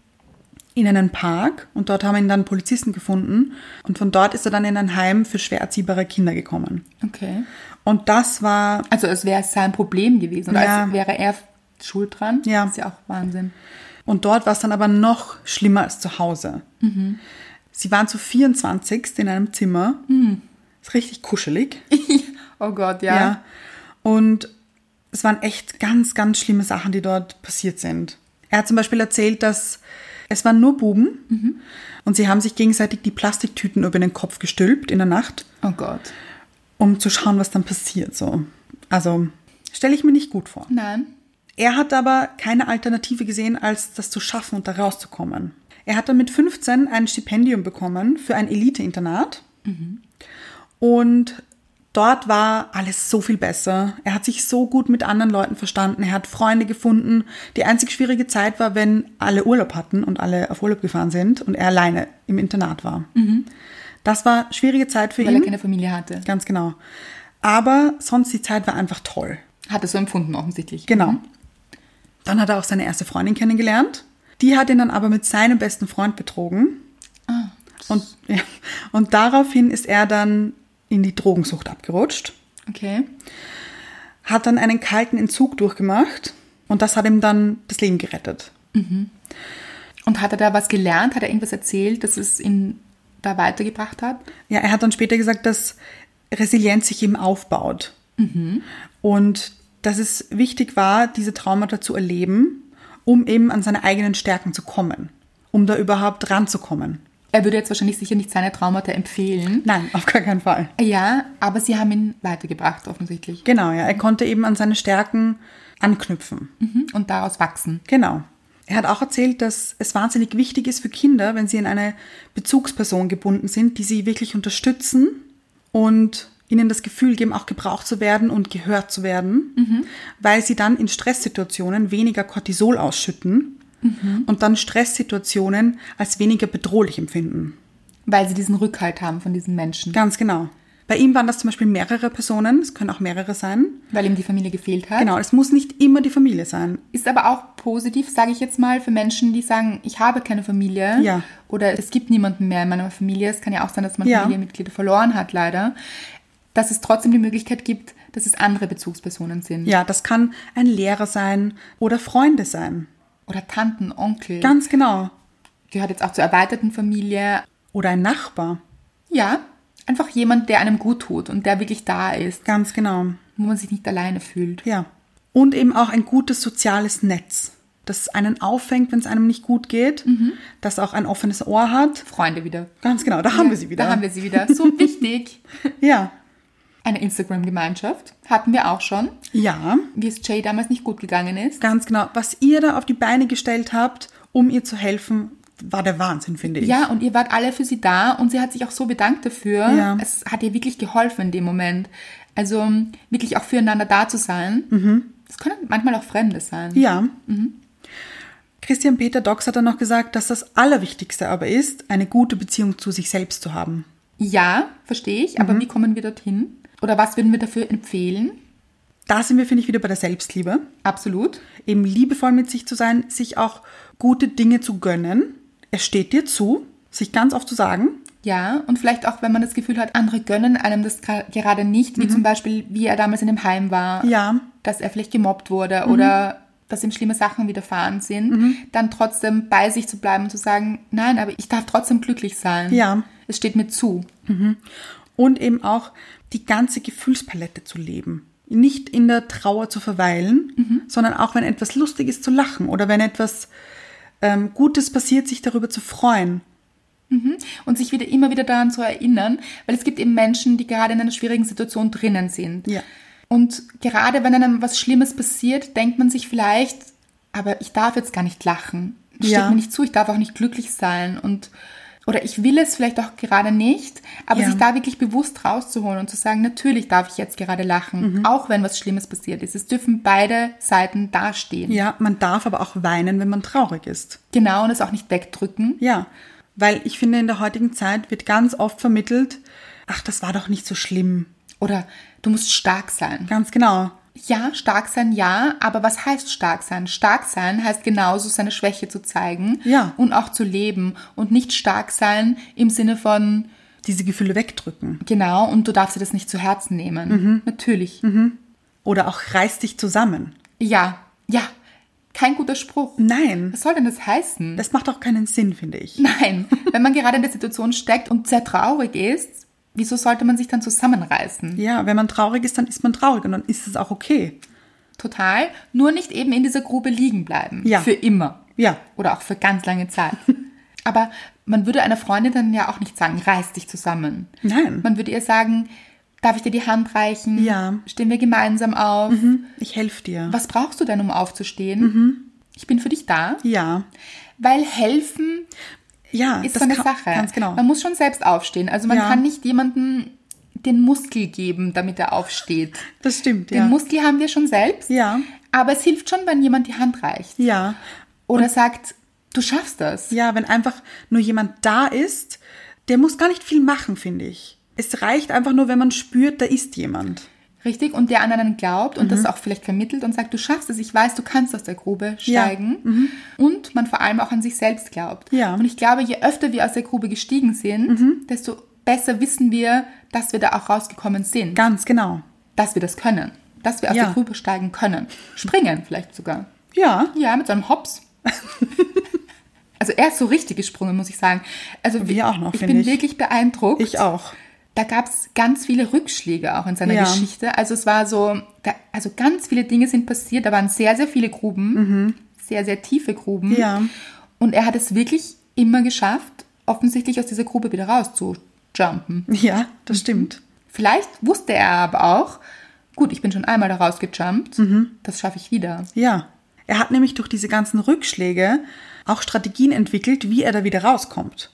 [SPEAKER 1] in einen Park. Und dort haben ihn dann Polizisten gefunden. Und von dort ist er dann in ein Heim für schwer erziehbare Kinder gekommen.
[SPEAKER 2] Okay.
[SPEAKER 1] Und das war
[SPEAKER 2] Also es wäre sein Problem gewesen. Oder
[SPEAKER 1] Ja.
[SPEAKER 2] als wäre er schuld dran.
[SPEAKER 1] Ja.
[SPEAKER 2] Ist ja auch Wahnsinn.
[SPEAKER 1] Und dort war es dann aber noch schlimmer als zu Hause. Sie waren zu 24 in einem Zimmer. Ist richtig kuschelig.
[SPEAKER 2] oh Gott, ja.
[SPEAKER 1] Und es waren echt ganz, ganz schlimme Sachen, die dort passiert sind. Er hat zum Beispiel erzählt, dass es waren nur Buben und sie haben sich gegenseitig die Plastiktüten über den Kopf gestülpt in der Nacht,
[SPEAKER 2] Oh Gott.
[SPEAKER 1] um zu schauen, was dann passiert. So. Also stelle ich mir nicht gut vor.
[SPEAKER 2] Nein.
[SPEAKER 1] Er hat aber keine Alternative gesehen, als das zu schaffen und da rauszukommen. Er hat dann mit 15 ein Stipendium bekommen für ein Elite-Internat. Und dort war alles so viel besser. Er hat sich so gut mit anderen Leuten verstanden. Er hat Freunde gefunden. Die einzig schwierige Zeit war, wenn alle Urlaub hatten und alle auf Urlaub gefahren sind und er alleine im Internat war. Das war schwierige Zeit für
[SPEAKER 2] Mhm. Weil
[SPEAKER 1] ihn.
[SPEAKER 2] er keine Familie hatte.
[SPEAKER 1] Ganz genau. Aber sonst die Zeit war einfach toll.
[SPEAKER 2] Hat er so empfunden offensichtlich.
[SPEAKER 1] Genau. Dann hat er auch seine erste Freundin kennengelernt. Die hat ihn dann aber mit seinem besten Freund betrogen. Und, ja, und daraufhin ist er dann in die Drogensucht abgerutscht,
[SPEAKER 2] Okay.
[SPEAKER 1] hat dann einen kalten Entzug durchgemacht und das hat ihm dann das Leben gerettet.
[SPEAKER 2] Und hat er da was gelernt? Hat er irgendwas erzählt, das es ihn da weitergebracht hat?
[SPEAKER 1] Ja, er hat dann später gesagt, dass Resilienz sich eben aufbaut. Und dass es wichtig war, diese Traumata zu erleben, um eben an seine eigenen Stärken zu kommen, um da überhaupt ranzukommen.
[SPEAKER 2] Er würde jetzt wahrscheinlich sicher nicht seine Traumata empfehlen.
[SPEAKER 1] Nein, auf gar keinen Fall.
[SPEAKER 2] Ja, aber sie haben ihn weitergebracht offensichtlich.
[SPEAKER 1] Genau, ja. Er konnte eben an seine Stärken anknüpfen.
[SPEAKER 2] Mhm. Und daraus wachsen.
[SPEAKER 1] Genau. Er hat auch erzählt, dass es wahnsinnig wichtig ist für Kinder, wenn sie in eine Bezugsperson gebunden sind, die sie wirklich unterstützen und ihnen das Gefühl geben, auch gebraucht zu werden und gehört zu werden, weil sie dann in Stresssituationen weniger Cortisol ausschütten und dann Stresssituationen als weniger bedrohlich empfinden.
[SPEAKER 2] Weil sie diesen Rückhalt haben von diesen Menschen.
[SPEAKER 1] Ganz genau. Bei ihm waren das zum Beispiel mehrere Personen, es können auch mehrere sein.
[SPEAKER 2] Weil ihm die Familie gefehlt hat.
[SPEAKER 1] Genau, es muss nicht immer die Familie sein.
[SPEAKER 2] Ist aber auch positiv, sage ich jetzt mal, für Menschen, die sagen, ich habe keine Familie
[SPEAKER 1] Ja.
[SPEAKER 2] oder es gibt niemanden mehr in meiner Familie. Es kann ja auch sein, dass man
[SPEAKER 1] Ja.
[SPEAKER 2] Familienmitglieder verloren hat, leider. Dass es trotzdem die Möglichkeit gibt, dass es andere Bezugspersonen sind.
[SPEAKER 1] Ja, das kann ein Lehrer sein oder Freunde sein.
[SPEAKER 2] Oder Tanten, Onkel.
[SPEAKER 1] Ganz genau.
[SPEAKER 2] Gehört jetzt auch zur erweiterten Familie.
[SPEAKER 1] Oder ein Nachbar.
[SPEAKER 2] Ja, einfach jemand, der einem gut tut und der wirklich da ist,
[SPEAKER 1] Ganz genau.
[SPEAKER 2] wo man sich nicht alleine fühlt.
[SPEAKER 1] Ja. Und eben auch ein gutes soziales Netz, das einen auffängt, wenn es einem nicht gut geht,
[SPEAKER 2] Mhm.
[SPEAKER 1] das auch ein offenes Ohr hat.
[SPEAKER 2] Freunde wieder.
[SPEAKER 1] Ganz genau, da haben wir sie wieder.
[SPEAKER 2] Da haben wir sie wieder. So wichtig.
[SPEAKER 1] Ja.
[SPEAKER 2] Eine Instagram-Gemeinschaft hatten wir auch schon.
[SPEAKER 1] Ja,
[SPEAKER 2] Wie es Jay damals nicht gut gegangen ist.
[SPEAKER 1] ganz genau. Was ihr da auf die Beine gestellt habt, um ihr zu helfen, war der Wahnsinn, finde ich.
[SPEAKER 2] Ja, und ihr wart alle für sie da und sie hat sich auch so bedankt dafür.
[SPEAKER 1] Ja.
[SPEAKER 2] Es hat ihr wirklich geholfen in dem Moment. Also wirklich auch füreinander da zu sein. Das können manchmal auch Fremde sein.
[SPEAKER 1] Mhm. Ja. Christian Peter Docks hat dann noch gesagt, dass das Allerwichtigste aber ist, eine gute Beziehung zu sich selbst zu haben.
[SPEAKER 2] Ja, verstehe ich,
[SPEAKER 1] Mhm.
[SPEAKER 2] aber wie kommen wir dorthin? Oder was würden wir dafür empfehlen?
[SPEAKER 1] Da sind wir, finde ich, wieder bei der Selbstliebe.
[SPEAKER 2] Absolut.
[SPEAKER 1] Eben liebevoll mit sich zu sein, sich auch gute Dinge zu gönnen. Es steht dir zu, sich ganz oft zu sagen.
[SPEAKER 2] Ja, und vielleicht auch, wenn man das Gefühl hat, andere gönnen einem das gra- gerade nicht, wie zum Beispiel, wie er damals in dem Heim war,
[SPEAKER 1] Mhm. Ja.
[SPEAKER 2] dass er vielleicht gemobbt wurde oder dass ihm schlimme Sachen widerfahren sind, dann trotzdem bei sich zu bleiben und zu sagen, nein, aber ich darf trotzdem glücklich sein.
[SPEAKER 1] Ja.
[SPEAKER 2] Es steht mir zu.
[SPEAKER 1] Und eben auch die ganze Gefühlspalette zu leben. Nicht in der Trauer zu verweilen, sondern auch wenn etwas lustig ist, zu lachen oder wenn etwas ähm, Gutes passiert, sich darüber zu freuen.
[SPEAKER 2] Und sich wieder immer wieder daran zu erinnern, weil es gibt eben Menschen, die gerade in einer schwierigen Situation drinnen sind.
[SPEAKER 1] Ja.
[SPEAKER 2] Und gerade wenn einem was Schlimmes passiert, denkt man sich vielleicht, aber ich darf jetzt gar nicht lachen. Es Steht
[SPEAKER 1] Ja.
[SPEAKER 2] mir nicht zu, ich darf auch nicht glücklich sein. Und oder ich will es vielleicht auch gerade nicht, aber
[SPEAKER 1] Ja.
[SPEAKER 2] sich da wirklich bewusst rauszuholen und zu sagen, natürlich darf ich jetzt gerade lachen,
[SPEAKER 1] Mhm.
[SPEAKER 2] auch wenn was Schlimmes passiert ist. Es dürfen beide Seiten dastehen.
[SPEAKER 1] Ja, man darf aber auch weinen, wenn man traurig ist.
[SPEAKER 2] Genau, und es auch nicht wegdrücken.
[SPEAKER 1] Ja, weil ich finde, in der heutigen Zeit wird ganz oft vermittelt, ach, das war doch nicht so schlimm.
[SPEAKER 2] Oder du musst stark sein.
[SPEAKER 1] Ganz genau.
[SPEAKER 2] Ja, stark sein, ja, aber was heißt stark sein? Stark sein heißt genauso seine Schwäche zu zeigen
[SPEAKER 1] Ja.
[SPEAKER 2] und auch zu leben und nicht stark sein im Sinne von,
[SPEAKER 1] Diese Gefühle wegdrücken.
[SPEAKER 2] genau, und du darfst dir das nicht zu Herzen nehmen.
[SPEAKER 1] Mhm.
[SPEAKER 2] Natürlich.
[SPEAKER 1] Oder auch reiß dich zusammen.
[SPEAKER 2] Ja, ja, kein guter Spruch.
[SPEAKER 1] Nein,
[SPEAKER 2] Was soll denn das heißen?
[SPEAKER 1] das macht auch keinen Sinn, finde ich.
[SPEAKER 2] Nein, wenn man gerade in der Situation steckt und sehr traurig ist, wieso sollte man sich dann zusammenreißen?
[SPEAKER 1] Ja, wenn man traurig ist, dann ist man traurig und dann ist es auch okay.
[SPEAKER 2] Total, nur nicht eben in dieser Grube liegen bleiben.
[SPEAKER 1] Ja.
[SPEAKER 2] Für immer.
[SPEAKER 1] Ja.
[SPEAKER 2] Oder auch für ganz lange Zeit. Aber man würde einer Freundin dann ja auch nicht sagen, reiß dich zusammen.
[SPEAKER 1] Nein.
[SPEAKER 2] Man würde ihr sagen, darf ich dir die Hand reichen?
[SPEAKER 1] Ja. Mhm.
[SPEAKER 2] Stehen wir gemeinsam auf?
[SPEAKER 1] Ich helfe dir.
[SPEAKER 2] Was brauchst du denn, um aufzustehen?
[SPEAKER 1] Mhm.
[SPEAKER 2] Ich bin für dich da.
[SPEAKER 1] Ja.
[SPEAKER 2] Weil helfen
[SPEAKER 1] Ja,
[SPEAKER 2] ist so eine
[SPEAKER 1] kann-
[SPEAKER 2] Sache.
[SPEAKER 1] Ganz genau.
[SPEAKER 2] Man muss schon selbst aufstehen. Also man
[SPEAKER 1] Ja.
[SPEAKER 2] kann nicht jemandem den Muskel geben, damit er aufsteht.
[SPEAKER 1] Das stimmt,
[SPEAKER 2] Den
[SPEAKER 1] ja.
[SPEAKER 2] Muskel haben wir schon selbst.
[SPEAKER 1] Ja.
[SPEAKER 2] Aber es hilft schon, wenn jemand die Hand reicht.
[SPEAKER 1] Ja.
[SPEAKER 2] Oder sagt, du schaffst das.
[SPEAKER 1] Ja, wenn einfach nur jemand da ist, der muss gar nicht viel machen, finde ich. Es reicht einfach nur, wenn man spürt, da ist jemand.
[SPEAKER 2] Richtig? Und der an einen glaubt und
[SPEAKER 1] Mhm.
[SPEAKER 2] das auch vielleicht vermittelt und sagt, du schaffst es, ich weiß, du kannst aus der Grube
[SPEAKER 1] Ja. Mhm.
[SPEAKER 2] steigen. Und man vor allem auch an sich selbst glaubt.
[SPEAKER 1] Ja. Mhm.
[SPEAKER 2] Und ich glaube, je öfter wir aus der Grube gestiegen sind, desto besser wissen wir, dass wir da auch rausgekommen sind.
[SPEAKER 1] Ganz genau.
[SPEAKER 2] dass wir das können. Dass wir aus
[SPEAKER 1] Ja.
[SPEAKER 2] der Grube steigen können. Springen vielleicht sogar.
[SPEAKER 1] Ja.
[SPEAKER 2] Ja, mit so einem Hops. also er ist so richtig gesprungen, muss ich sagen. Also
[SPEAKER 1] Wir auch noch,
[SPEAKER 2] ich
[SPEAKER 1] finde
[SPEAKER 2] bin
[SPEAKER 1] ich.
[SPEAKER 2] wirklich beeindruckt.
[SPEAKER 1] Ich auch.
[SPEAKER 2] Da gab es ganz viele Rückschläge auch in seiner
[SPEAKER 1] Ja.
[SPEAKER 2] Geschichte. Also es war so, da, also ganz viele Dinge sind passiert. Da waren sehr, sehr viele Gruben, sehr, sehr tiefe Gruben.
[SPEAKER 1] Mhm. Ja.
[SPEAKER 2] Und er hat es wirklich immer geschafft, offensichtlich aus dieser Grube wieder rauszujumpen.
[SPEAKER 1] Ja, das stimmt.
[SPEAKER 2] Vielleicht wusste er aber auch, gut, ich bin schon einmal da rausgejumpt,
[SPEAKER 1] Mhm.
[SPEAKER 2] das schaffe ich wieder.
[SPEAKER 1] Ja. Er hat nämlich durch diese ganzen Rückschläge auch Strategien entwickelt, wie er da wieder rauskommt.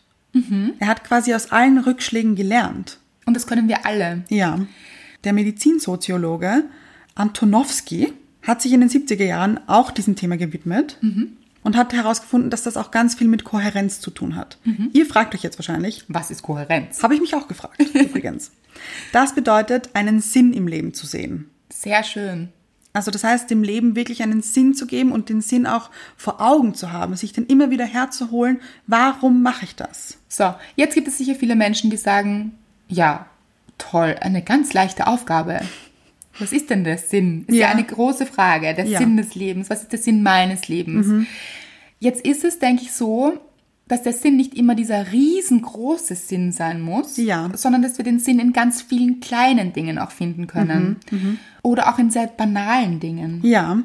[SPEAKER 1] Er hat quasi aus allen Rückschlägen gelernt.
[SPEAKER 2] Und das können wir alle.
[SPEAKER 1] Ja. Der Medizinsoziologe Antonowski hat sich in den 70er Jahren auch diesem Thema gewidmet und hat herausgefunden, dass das auch ganz viel mit Kohärenz zu tun hat. Ihr fragt euch jetzt wahrscheinlich,
[SPEAKER 2] Was ist Kohärenz?
[SPEAKER 1] habe ich mich auch gefragt, übrigens. Das bedeutet, einen Sinn im Leben zu sehen.
[SPEAKER 2] Sehr schön.
[SPEAKER 1] Also das heißt, dem Leben wirklich einen Sinn zu geben und den Sinn auch vor Augen zu haben, sich den immer wieder herzuholen, warum mache ich das?
[SPEAKER 2] So, jetzt gibt es sicher viele Menschen, die sagen, ja, toll, eine ganz leichte Aufgabe. Was ist denn der Sinn? Ist ja,
[SPEAKER 1] Ja.
[SPEAKER 2] eine große Frage, der
[SPEAKER 1] Ja. Mhm.
[SPEAKER 2] Sinn des Lebens. Was ist der Sinn meines Lebens? Jetzt ist es, denke ich, so, dass der Sinn nicht immer dieser riesengroße Sinn sein muss,
[SPEAKER 1] Ja.
[SPEAKER 2] sondern dass wir den Sinn in ganz vielen kleinen Dingen auch finden können.
[SPEAKER 1] Mhm.
[SPEAKER 2] Oder auch in sehr banalen Dingen.
[SPEAKER 1] Ja,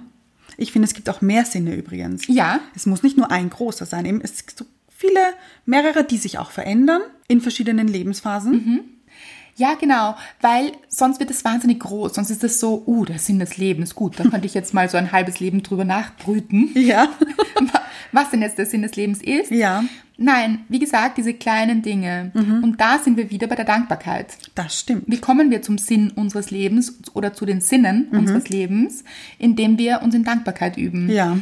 [SPEAKER 1] ich finde, es gibt auch mehr Sinne übrigens.
[SPEAKER 2] Ja.
[SPEAKER 1] Es muss nicht nur ein großer sein, eben es gibt so viele, mehrere, die sich auch verändern in verschiedenen Lebensphasen.
[SPEAKER 2] Ja, genau, weil sonst wird es wahnsinnig groß. Sonst ist es so, uh, der Sinn des Lebens. Gut, da könnte ich jetzt mal so ein halbes Leben drüber nachbrüten,
[SPEAKER 1] Ja,
[SPEAKER 2] was denn jetzt der Sinn des Lebens ist.
[SPEAKER 1] Ja. Mhm.
[SPEAKER 2] Nein, wie gesagt, diese kleinen Dinge. Und da sind wir wieder bei der Dankbarkeit.
[SPEAKER 1] das stimmt.
[SPEAKER 2] Wie kommen wir zum Sinn unseres Lebens oder zu den Sinnen unseres Lebens, indem wir uns in Dankbarkeit üben?
[SPEAKER 1] Mhm. Ja,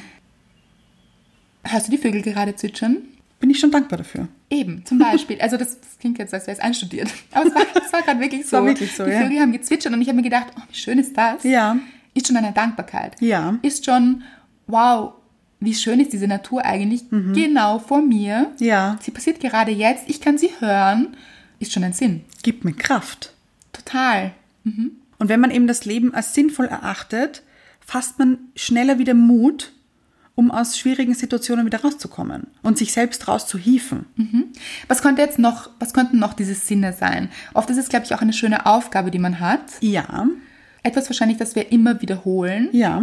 [SPEAKER 2] Hörst du die Vögel gerade zwitschern?
[SPEAKER 1] bin ich schon dankbar dafür.
[SPEAKER 2] Eben, zum Beispiel. Also das, das klingt jetzt, als wäre es einstudiert. Aber es war, es war gerade wirklich so.
[SPEAKER 1] war wirklich so,
[SPEAKER 2] Die
[SPEAKER 1] ja.
[SPEAKER 2] Vögel haben gezwitschert und ich habe mir gedacht, oh, wie schön ist das?
[SPEAKER 1] Ja.
[SPEAKER 2] Ist schon eine Dankbarkeit.
[SPEAKER 1] Ja.
[SPEAKER 2] Ist schon, wow, wie schön ist diese Natur eigentlich genau vor mir.
[SPEAKER 1] Mhm. Ja.
[SPEAKER 2] Sie passiert gerade jetzt, ich kann sie hören. Ist schon ein Sinn.
[SPEAKER 1] Gibt mir Kraft.
[SPEAKER 2] Total.
[SPEAKER 1] Und wenn man eben das Leben als sinnvoll erachtet, fasst man schneller wieder Mut, um aus schwierigen Situationen wieder rauszukommen und sich selbst rauszuhieven.
[SPEAKER 2] Was könnte jetzt noch, was könnten noch diese Sinne sein? Oft ist es, glaube ich, auch eine schöne Aufgabe, die man hat.
[SPEAKER 1] Ja,
[SPEAKER 2] Etwas wahrscheinlich, das wir immer wiederholen.
[SPEAKER 1] ja.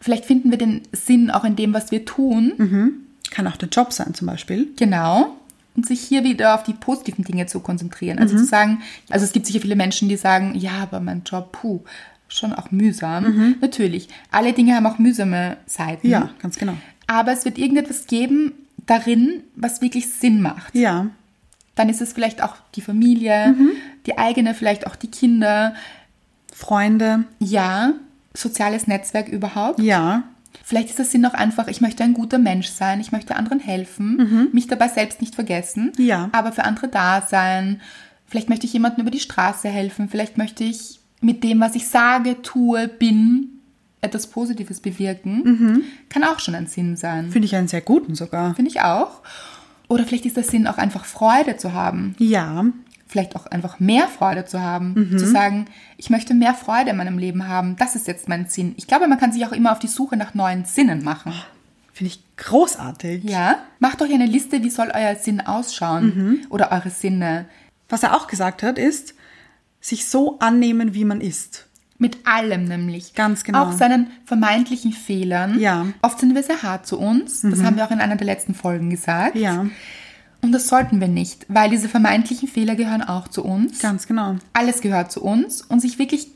[SPEAKER 2] Vielleicht finden wir den Sinn auch in dem, was wir tun.
[SPEAKER 1] Kann auch der Job sein zum Beispiel.
[SPEAKER 2] Genau. Und sich hier wieder auf die positiven Dinge zu konzentrieren. Also zu sagen, also es gibt sicher viele Menschen, die sagen, ja, aber mein Job, puh, schon auch mühsam. Natürlich, alle Dinge haben auch mühsame Seiten.
[SPEAKER 1] Ja, ganz genau.
[SPEAKER 2] Aber es wird irgendetwas geben darin, was wirklich Sinn macht.
[SPEAKER 1] Ja,
[SPEAKER 2] dann ist es vielleicht auch die Familie, die eigene, vielleicht auch die Kinder.
[SPEAKER 1] Freunde,
[SPEAKER 2] Ja, soziales Netzwerk überhaupt.
[SPEAKER 1] ja.
[SPEAKER 2] Vielleicht ist der Sinn auch einfach, ich möchte ein guter Mensch sein, ich möchte anderen helfen, mich dabei selbst nicht vergessen,
[SPEAKER 1] Ja.
[SPEAKER 2] aber für andere da sein. Vielleicht möchte ich jemandem über die Straße helfen, vielleicht möchte ich mit dem, was ich sage, tue, bin, etwas Positives bewirken. Kann auch schon ein Sinn sein.
[SPEAKER 1] Finde ich einen sehr guten sogar.
[SPEAKER 2] Finde ich auch. Oder vielleicht ist der Sinn auch einfach Freude zu haben,
[SPEAKER 1] Ja,
[SPEAKER 2] vielleicht auch einfach mehr Freude zu haben, zu sagen, ich möchte mehr Freude in meinem Leben haben. Das ist jetzt mein Sinn. Ich glaube, man kann sich auch immer auf die Suche nach neuen Sinnen machen.
[SPEAKER 1] finde ich großartig.
[SPEAKER 2] Ja, macht euch eine Liste, wie soll euer Sinn ausschauen
[SPEAKER 1] Mhm.
[SPEAKER 2] oder eure Sinne
[SPEAKER 1] Was er auch gesagt hat, ist, sich so annehmen, wie man ist.
[SPEAKER 2] mit allem nämlich.
[SPEAKER 1] Ganz genau.
[SPEAKER 2] Auch seinen vermeintlichen Fehlern.
[SPEAKER 1] Ja. Mhm.
[SPEAKER 2] Oft sind wir sehr hart zu uns. Das haben wir auch in einer der letzten Folgen gesagt.
[SPEAKER 1] Ja,
[SPEAKER 2] Und das sollten wir nicht, weil diese vermeintlichen Fehler gehören auch zu uns.
[SPEAKER 1] ganz genau.
[SPEAKER 2] alles gehört zu uns und sich wirklich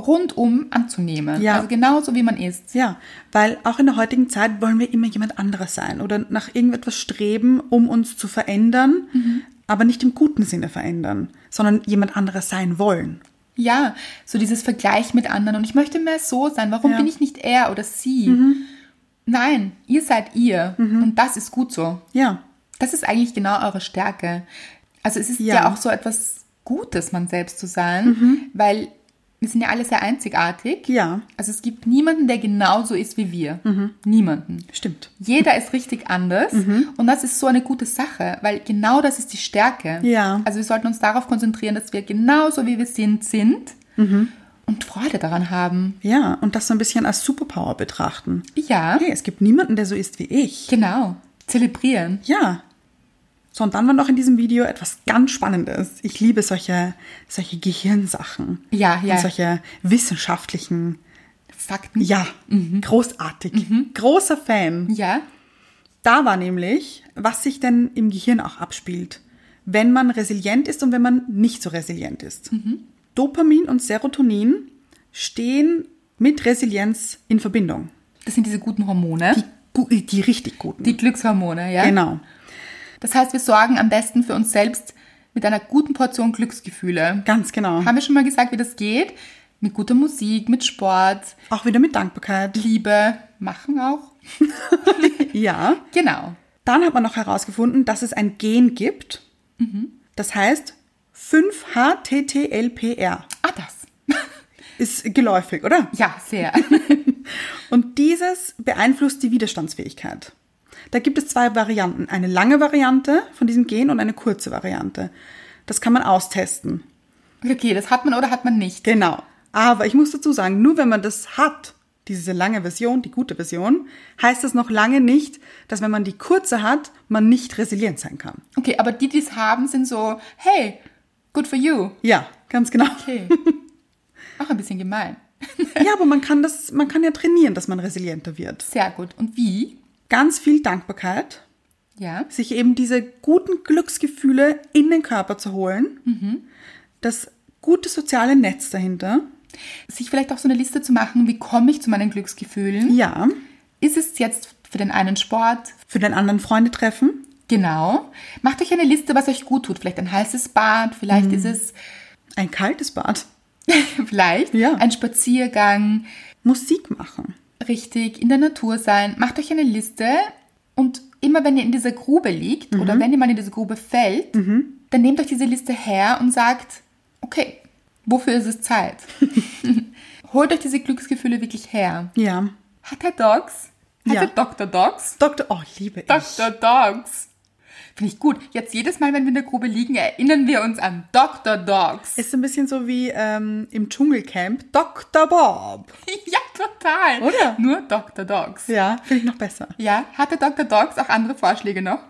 [SPEAKER 2] rundum anzunehmen.
[SPEAKER 1] Ja.
[SPEAKER 2] Also genauso wie man ist.
[SPEAKER 1] Ja, weil auch in der heutigen Zeit wollen wir immer jemand anderes sein oder nach irgendetwas streben, um uns zu verändern, aber nicht im guten Sinne verändern, sondern jemand anderes sein wollen.
[SPEAKER 2] Ja, so dieses Vergleich mit anderen und ich möchte mehr so sein. Warum
[SPEAKER 1] Ja. Mhm.
[SPEAKER 2] bin ich nicht er oder sie? Nein, ihr seid ihr und das ist gut so.
[SPEAKER 1] Ja,
[SPEAKER 2] Das ist eigentlich genau eure Stärke. Also es ist ja,
[SPEAKER 1] Ja. Mhm.
[SPEAKER 2] auch so etwas Gutes, man selbst zu sein, weil wir sind ja alle sehr einzigartig.
[SPEAKER 1] Ja. Mhm.
[SPEAKER 2] Also es gibt niemanden, der genauso ist wie wir. Niemanden.
[SPEAKER 1] stimmt.
[SPEAKER 2] Jeder ist richtig anders
[SPEAKER 1] Mhm.
[SPEAKER 2] und das ist so eine gute Sache, weil genau das ist die Stärke.
[SPEAKER 1] Ja.
[SPEAKER 2] Also wir sollten uns darauf konzentrieren, dass wir genauso wie wir sind, sind
[SPEAKER 1] Mhm.
[SPEAKER 2] und Freude daran haben.
[SPEAKER 1] Ja, und das so ein bisschen als Superpower betrachten.
[SPEAKER 2] Ja,
[SPEAKER 1] Hey, es gibt niemanden, der so ist wie ich.
[SPEAKER 2] genau. Zelebrieren.
[SPEAKER 1] Ja. So, und dann war noch in diesem Video etwas ganz Spannendes. Ich liebe solche, solche Gehirnsachen.
[SPEAKER 2] Ja, ja.
[SPEAKER 1] Und solche wissenschaftlichen.
[SPEAKER 2] Fakten.
[SPEAKER 1] Ja,
[SPEAKER 2] Mhm.
[SPEAKER 1] großartig. Großer Fan.
[SPEAKER 2] Ja.
[SPEAKER 1] Da war nämlich, was sich denn im Gehirn auch abspielt, wenn man resilient ist und wenn man nicht so resilient ist.
[SPEAKER 2] Mhm.
[SPEAKER 1] Dopamin und Serotonin stehen mit Resilienz in Verbindung.
[SPEAKER 2] Das sind diese guten Hormone.
[SPEAKER 1] Die, gu- die richtig guten.
[SPEAKER 2] Die Glückshormone, ja.
[SPEAKER 1] Genau.
[SPEAKER 2] Das heißt, wir sorgen am besten für uns selbst mit einer guten Portion Glücksgefühle.
[SPEAKER 1] Ganz genau.
[SPEAKER 2] Haben wir schon mal gesagt, wie das geht? Mit guter Musik, mit Sport,
[SPEAKER 1] Auch wieder mit Dankbarkeit.
[SPEAKER 2] Liebe, machen auch.
[SPEAKER 1] Ja.
[SPEAKER 2] Genau.
[SPEAKER 1] Dann hat man noch herausgefunden, dass es ein Gen gibt. Das heißt 5-HTTLPR.
[SPEAKER 2] Ah, das.
[SPEAKER 1] Ist geläufig, oder?
[SPEAKER 2] Ja, sehr.
[SPEAKER 1] Und dieses beeinflusst die Widerstandsfähigkeit. Da gibt es zwei Varianten. Eine lange Variante von diesem Gen und eine kurze Variante. Das kann man austesten.
[SPEAKER 2] Okay, das hat man oder hat man nicht.
[SPEAKER 1] Genau. Aber ich muss dazu sagen, nur wenn man das hat, diese lange Version, die gute Version, heißt das noch lange nicht, dass wenn man die kurze hat, man nicht resilient sein kann.
[SPEAKER 2] Okay, aber die, die es haben, sind so, hey, good for you.
[SPEAKER 1] Ja, ganz genau.
[SPEAKER 2] Okay. Auch ein bisschen gemein.
[SPEAKER 1] Ja, aber man kann das, man kann ja trainieren, dass man resilienter wird.
[SPEAKER 2] Sehr gut. Und wie?
[SPEAKER 1] Ganz viel Dankbarkeit,
[SPEAKER 2] Ja.
[SPEAKER 1] sich eben diese guten Glücksgefühle in den Körper zu holen,
[SPEAKER 2] Mhm.
[SPEAKER 1] das gute soziale Netz dahinter.
[SPEAKER 2] Sich vielleicht auch so eine Liste zu machen, wie komme ich zu meinen Glücksgefühlen?
[SPEAKER 1] Ja,
[SPEAKER 2] Ist es jetzt für den einen Sport,
[SPEAKER 1] für den anderen Freunde treffen.
[SPEAKER 2] Genau. Macht euch eine Liste, was euch gut tut. Vielleicht ein heißes Bad, vielleicht ist es,
[SPEAKER 1] Ein kaltes Bad.
[SPEAKER 2] vielleicht
[SPEAKER 1] Ja.
[SPEAKER 2] ein Spaziergang,
[SPEAKER 1] Musik machen.
[SPEAKER 2] richtig in der Natur sein. Macht euch eine Liste und immer wenn ihr in dieser Grube liegt
[SPEAKER 1] Mhm.
[SPEAKER 2] oder wenn ihr mal in diese Grube fällt, dann nehmt euch diese Liste her und sagt, okay, wofür ist es Zeit? Holt euch diese Glücksgefühle wirklich her.
[SPEAKER 1] Ja.
[SPEAKER 2] Hat er Dogs? Hat
[SPEAKER 1] Ja.
[SPEAKER 2] er Dr. Dogs?
[SPEAKER 1] Doktor, oh, liebe ich.
[SPEAKER 2] Dr. Dogs. Finde ich gut. Jetzt jedes Mal, wenn wir in der Grube liegen, erinnern wir uns an Dr. Dogs.
[SPEAKER 1] Ist ein bisschen so wie ähm, im Dschungelcamp Dr. Bob.
[SPEAKER 2] ja, total.
[SPEAKER 1] Oder?
[SPEAKER 2] Nur Dr. Dogs. Ja.
[SPEAKER 1] Ja, finde ich noch besser.
[SPEAKER 2] hatte Dr. Dogs auch andere Vorschläge noch?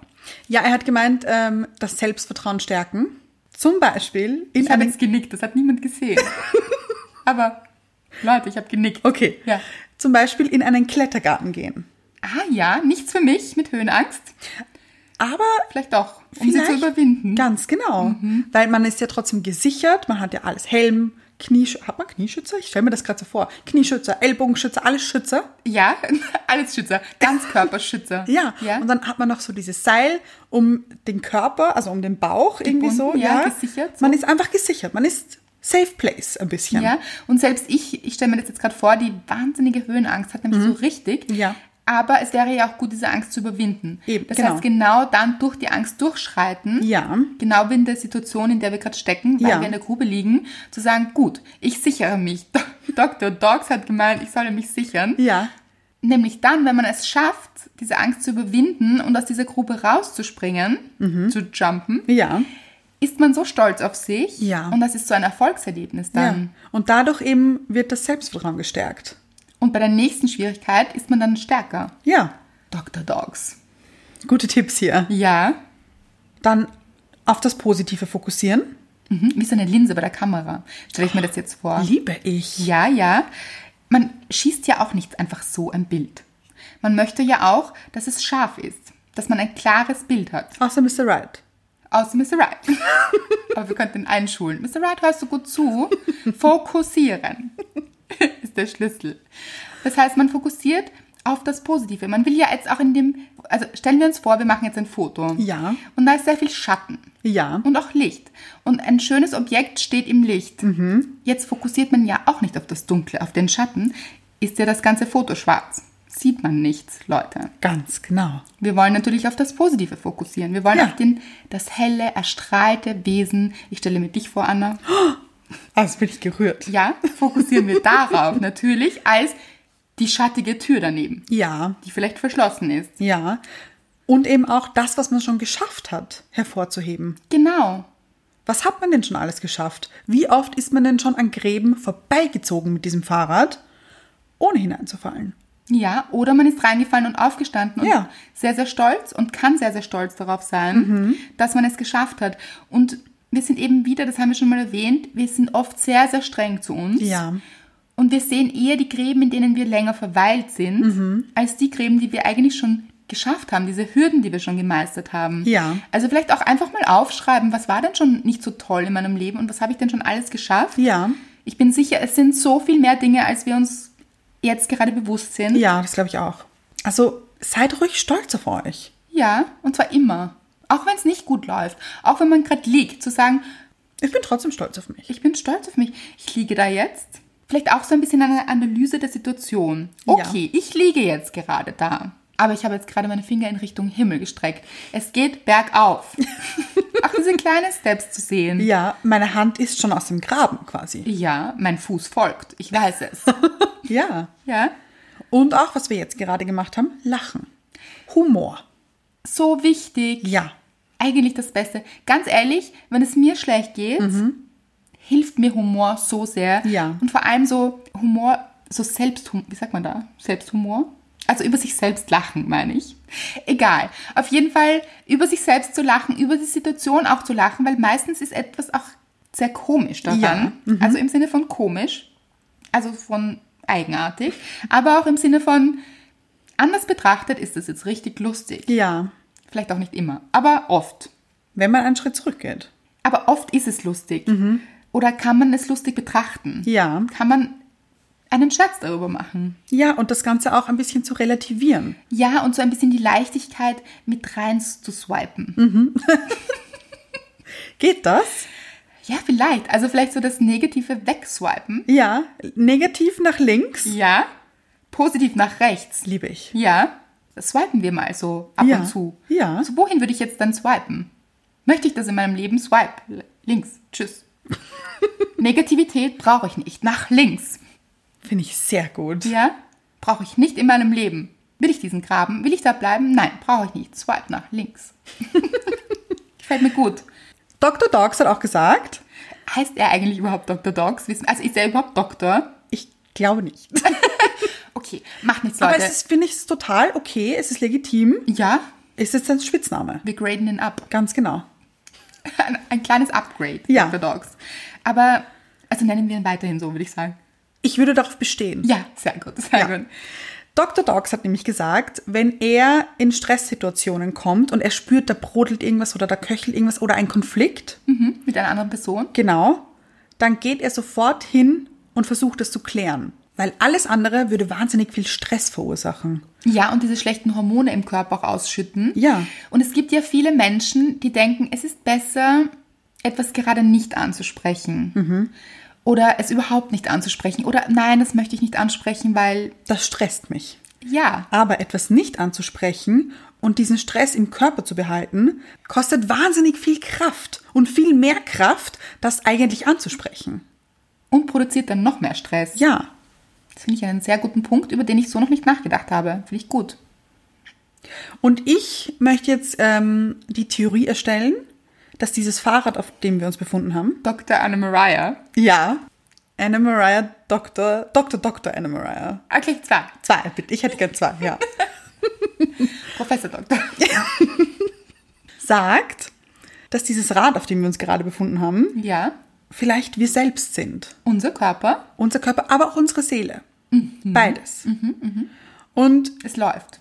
[SPEAKER 1] Ja, er hat gemeint, ähm, das Selbstvertrauen stärken. Zum Beispiel in
[SPEAKER 2] Ich habe
[SPEAKER 1] einem
[SPEAKER 2] jetzt genickt, das hat niemand gesehen. Aber Leute, ich habe genickt.
[SPEAKER 1] Okay.
[SPEAKER 2] Ja.
[SPEAKER 1] Zum Beispiel in einen Klettergarten gehen.
[SPEAKER 2] Ah ja, nichts für mich mit Höhenangst.
[SPEAKER 1] Aber
[SPEAKER 2] Vielleicht doch, um sie zu
[SPEAKER 1] vielleicht-
[SPEAKER 2] überwinden. Mhm.
[SPEAKER 1] Ganz genau. Weil man ist ja trotzdem gesichert, man hat ja alles Helm, Knieschützer. Hat man Knieschützer? Ich stelle mir das gerade so vor. Knieschützer, Ellbogenschützer, alles Schützer.
[SPEAKER 2] Ja, alles Schützer. Ganzkörperschützer.
[SPEAKER 1] Ja.
[SPEAKER 2] ja.
[SPEAKER 1] Und dann hat man noch so dieses Seil um den Körper, also um den Bauch irgendwie so.
[SPEAKER 2] Gebunden, ja, gesichert, so.
[SPEAKER 1] Man ist einfach gesichert. Man ist safe place ein bisschen.
[SPEAKER 2] Ja, und selbst ich, ich stelle mir das jetzt gerade vor, die wahnsinnige Höhenangst hat nämlich so richtig.
[SPEAKER 1] Mhm. Ja.
[SPEAKER 2] Aber es wäre ja auch gut, diese Angst zu überwinden.
[SPEAKER 1] Eben,
[SPEAKER 2] das
[SPEAKER 1] genau.
[SPEAKER 2] heißt, genau dann durch die Angst durchschreiten.
[SPEAKER 1] Ja.
[SPEAKER 2] Genau wie in der Situation, in der wir gerade stecken, weil
[SPEAKER 1] Ja.
[SPEAKER 2] wir in der Grube liegen, zu sagen, gut, ich sichere mich. Dr. Dogs hat gemeint, ich solle mich sichern.
[SPEAKER 1] Ja.
[SPEAKER 2] Nämlich dann, wenn man es schafft, diese Angst zu überwinden und aus dieser Grube rauszuspringen,
[SPEAKER 1] Mhm.
[SPEAKER 2] zu jumpen,
[SPEAKER 1] Ja.
[SPEAKER 2] ist man so stolz auf sich.
[SPEAKER 1] Ja.
[SPEAKER 2] Und das ist so ein Erfolgserlebnis
[SPEAKER 1] ja.
[SPEAKER 2] dann.
[SPEAKER 1] Und dadurch eben wird das Selbstvertrauen gestärkt.
[SPEAKER 2] Und bei der nächsten Schwierigkeit ist man dann stärker.
[SPEAKER 1] Ja.
[SPEAKER 2] Dr. Dogs.
[SPEAKER 1] Gute Tipps hier.
[SPEAKER 2] Ja,
[SPEAKER 1] Dann auf das Positive fokussieren.
[SPEAKER 2] mhm. wie so eine Linse bei der Kamera. Stelle ich mir das jetzt vor.
[SPEAKER 1] Liebe ich.
[SPEAKER 2] Ja, ja. Man schießt ja auch nicht einfach so ein Bild. Man möchte ja auch, dass es scharf ist. Dass man ein klares Bild hat.
[SPEAKER 1] Außer Mr. Right.
[SPEAKER 2] Außer Mr. Right. Aber wir könnten ihn einschulen. Mr. Right, hörst du gut zu? Fokussieren ist der Schlüssel. Das heißt, man fokussiert auf das Positive. Man will ja jetzt auch in dem, also stellen wir uns vor, wir machen jetzt ein Foto.
[SPEAKER 1] Ja.
[SPEAKER 2] Und da ist sehr viel Schatten.
[SPEAKER 1] Ja.
[SPEAKER 2] Und auch Licht. Und ein schönes Objekt steht im Licht. Jetzt fokussiert man ja auch nicht auf das Dunkle, auf den Schatten. Ist ja das ganze Foto schwarz. Sieht man nichts, Leute.
[SPEAKER 1] Ganz genau.
[SPEAKER 2] Wir wollen natürlich auf das Positive fokussieren. Wir wollen
[SPEAKER 1] Ja.
[SPEAKER 2] auf den, das helle, erstrahlte Wesen. Ich stelle mir dich vor, Anna.
[SPEAKER 1] Also bin ich gerührt.
[SPEAKER 2] Ja, fokussieren wir darauf natürlich als die schattige Tür daneben,
[SPEAKER 1] Ja.
[SPEAKER 2] die vielleicht verschlossen ist.
[SPEAKER 1] Ja. Und eben auch das, was man schon geschafft hat, hervorzuheben.
[SPEAKER 2] Genau.
[SPEAKER 1] Was hat man denn schon alles geschafft? Wie oft ist man denn schon an Gräben vorbeigezogen mit diesem Fahrrad, ohne hineinzufallen?
[SPEAKER 2] Ja, oder man ist reingefallen und aufgestanden und
[SPEAKER 1] Ja.
[SPEAKER 2] sehr, sehr stolz und kann sehr, sehr stolz darauf sein,
[SPEAKER 1] Mhm.
[SPEAKER 2] dass man es geschafft hat. Und wir sind eben wieder, das haben wir schon mal erwähnt, wir sind oft sehr, sehr streng zu uns.
[SPEAKER 1] Ja.
[SPEAKER 2] Und wir sehen eher die Gräben, in denen wir länger verweilt sind,
[SPEAKER 1] Mhm.
[SPEAKER 2] als die Gräben, die wir eigentlich schon geschafft haben, diese Hürden, die wir schon gemeistert haben.
[SPEAKER 1] Ja.
[SPEAKER 2] Also vielleicht auch einfach mal aufschreiben, was war denn schon nicht so toll in meinem Leben und was habe ich denn schon alles geschafft?
[SPEAKER 1] Ja.
[SPEAKER 2] Ich bin sicher, es sind so viel mehr Dinge, als wir uns jetzt gerade bewusst sind.
[SPEAKER 1] Ja, das glaube ich auch. Also seid ruhig stolz auf euch.
[SPEAKER 2] Ja, und zwar immer. Auch wenn es nicht gut läuft. Auch wenn man gerade liegt, zu sagen,
[SPEAKER 1] Ich bin trotzdem stolz auf mich.
[SPEAKER 2] ich bin stolz auf mich. Ich liege da jetzt. Vielleicht auch so ein bisschen eine Analyse der Situation. Okay, ich liege jetzt gerade da. Aber ich habe jetzt gerade meine Finger in Richtung Himmel gestreckt. Es geht bergauf. auch diese kleinen Steps zu sehen.
[SPEAKER 1] Ja, meine Hand ist schon aus dem Graben quasi.
[SPEAKER 2] ja, mein Fuß folgt. Ich weiß es.
[SPEAKER 1] Ja.
[SPEAKER 2] ja.
[SPEAKER 1] Und auch, was wir jetzt gerade gemacht haben, lachen. Humor.
[SPEAKER 2] So wichtig.
[SPEAKER 1] Ja.
[SPEAKER 2] eigentlich das Beste. Ganz ehrlich, wenn es mir schlecht geht, hilft mir Humor so sehr.
[SPEAKER 1] Mhm. Ja.
[SPEAKER 2] Und vor allem so Humor, so Selbsthumor, wie sagt man da? Selbsthumor? Also über sich selbst lachen, meine ich. Egal. Auf jeden Fall über sich selbst zu lachen, über die Situation auch zu lachen, weil meistens ist etwas auch sehr komisch daran.
[SPEAKER 1] Ja, Mhm.
[SPEAKER 2] Also im Sinne von komisch, also von eigenartig, aber auch im Sinne von anders betrachtet ist es jetzt richtig lustig.
[SPEAKER 1] Ja.
[SPEAKER 2] Vielleicht auch nicht immer, aber oft.
[SPEAKER 1] Wenn man einen Schritt zurückgeht.
[SPEAKER 2] Aber oft ist es lustig. Oder kann man es lustig betrachten?
[SPEAKER 1] Mhm. Ja.
[SPEAKER 2] Kann man einen Scherz darüber machen?
[SPEAKER 1] Ja, und das Ganze auch ein bisschen zu relativieren.
[SPEAKER 2] Ja, und so ein bisschen die Leichtigkeit mit rein zu swipen.
[SPEAKER 1] Mhm. Geht das?
[SPEAKER 2] Ja, vielleicht. Also vielleicht so das Negative wegswipen.
[SPEAKER 1] Ja. Negativ nach links.
[SPEAKER 2] Ja. Positiv nach rechts.
[SPEAKER 1] Liebe ich.
[SPEAKER 2] Ja. Das swipen wir mal so ab
[SPEAKER 1] Ja.
[SPEAKER 2] und zu.
[SPEAKER 1] Ja.
[SPEAKER 2] So, wohin würde ich jetzt dann swipen? Möchte ich das in meinem Leben? Swipe. L- Links. Tschüss. Negativität brauche ich nicht. Nach links.
[SPEAKER 1] Finde ich sehr gut.
[SPEAKER 2] Ja, brauche ich nicht in meinem Leben. Will ich diesen Graben? Will ich da bleiben? Nein, brauche ich nicht. Swipe nach links. Gefällt mir gut.
[SPEAKER 1] Dr. Dogs hat auch gesagt,
[SPEAKER 2] Heißt er eigentlich überhaupt Dr. Dogs? Wissen- Also ist er überhaupt Doktor?
[SPEAKER 1] ich glaube nicht.
[SPEAKER 2] Okay, macht nichts,
[SPEAKER 1] Aber
[SPEAKER 2] Leute.
[SPEAKER 1] es ist, finde ich, es ist total okay, es ist legitim.
[SPEAKER 2] ja,
[SPEAKER 1] Es ist ein Spitzname.
[SPEAKER 2] wir graden ihn ab.
[SPEAKER 1] Ganz genau.
[SPEAKER 2] Ein, ein kleines Upgrade,
[SPEAKER 1] Ja.
[SPEAKER 2] Dr. Dogs. Aber, also nennen wir ihn weiterhin so, würde ich sagen.
[SPEAKER 1] Ich würde darauf bestehen.
[SPEAKER 2] Ja, sehr gut, sehr
[SPEAKER 1] Ja.
[SPEAKER 2] gut.
[SPEAKER 1] Dr. Dogs hat nämlich gesagt, wenn er in Stresssituationen kommt und er spürt, da brodelt irgendwas oder da köchelt irgendwas oder ein Konflikt,
[SPEAKER 2] Mhm. Mit einer anderen Person.
[SPEAKER 1] genau, dann geht er sofort hin und versucht es zu klären. Weil alles andere würde wahnsinnig viel Stress verursachen.
[SPEAKER 2] Ja, und diese schlechten Hormone im Körper auch ausschütten.
[SPEAKER 1] Ja.
[SPEAKER 2] Und es gibt ja viele Menschen, die denken, es ist besser, etwas gerade nicht anzusprechen.
[SPEAKER 1] Mhm.
[SPEAKER 2] Oder es überhaupt nicht anzusprechen. Oder nein, das möchte ich nicht ansprechen, weil
[SPEAKER 1] Das stresst mich.
[SPEAKER 2] ja.
[SPEAKER 1] Aber etwas nicht anzusprechen und diesen Stress im Körper zu behalten, kostet wahnsinnig viel Kraft und viel mehr Kraft, das eigentlich anzusprechen.
[SPEAKER 2] Und produziert dann noch mehr Stress.
[SPEAKER 1] Ja,
[SPEAKER 2] Das finde ich einen sehr guten Punkt, über den ich so noch nicht nachgedacht habe. Finde ich gut.
[SPEAKER 1] Und ich möchte jetzt ähm, die Theorie erstellen, dass dieses Fahrrad, auf dem wir uns befunden haben,
[SPEAKER 2] Dr. Anna Mariah.
[SPEAKER 1] ja, Anna Mariah, Dr. Dr. Dr. Anna Mariah.
[SPEAKER 2] Ah, gleich zwei.
[SPEAKER 1] Zwei, bitte. Ich hätte gern zwei, ja.
[SPEAKER 2] Professor Doktor.
[SPEAKER 1] Sagt, dass dieses Rad, auf dem wir uns gerade befunden haben,
[SPEAKER 2] Ja.
[SPEAKER 1] vielleicht wir selbst sind.
[SPEAKER 2] Unser Körper,
[SPEAKER 1] Unser Körper, aber auch unsere Seele. Beides. Und
[SPEAKER 2] es läuft.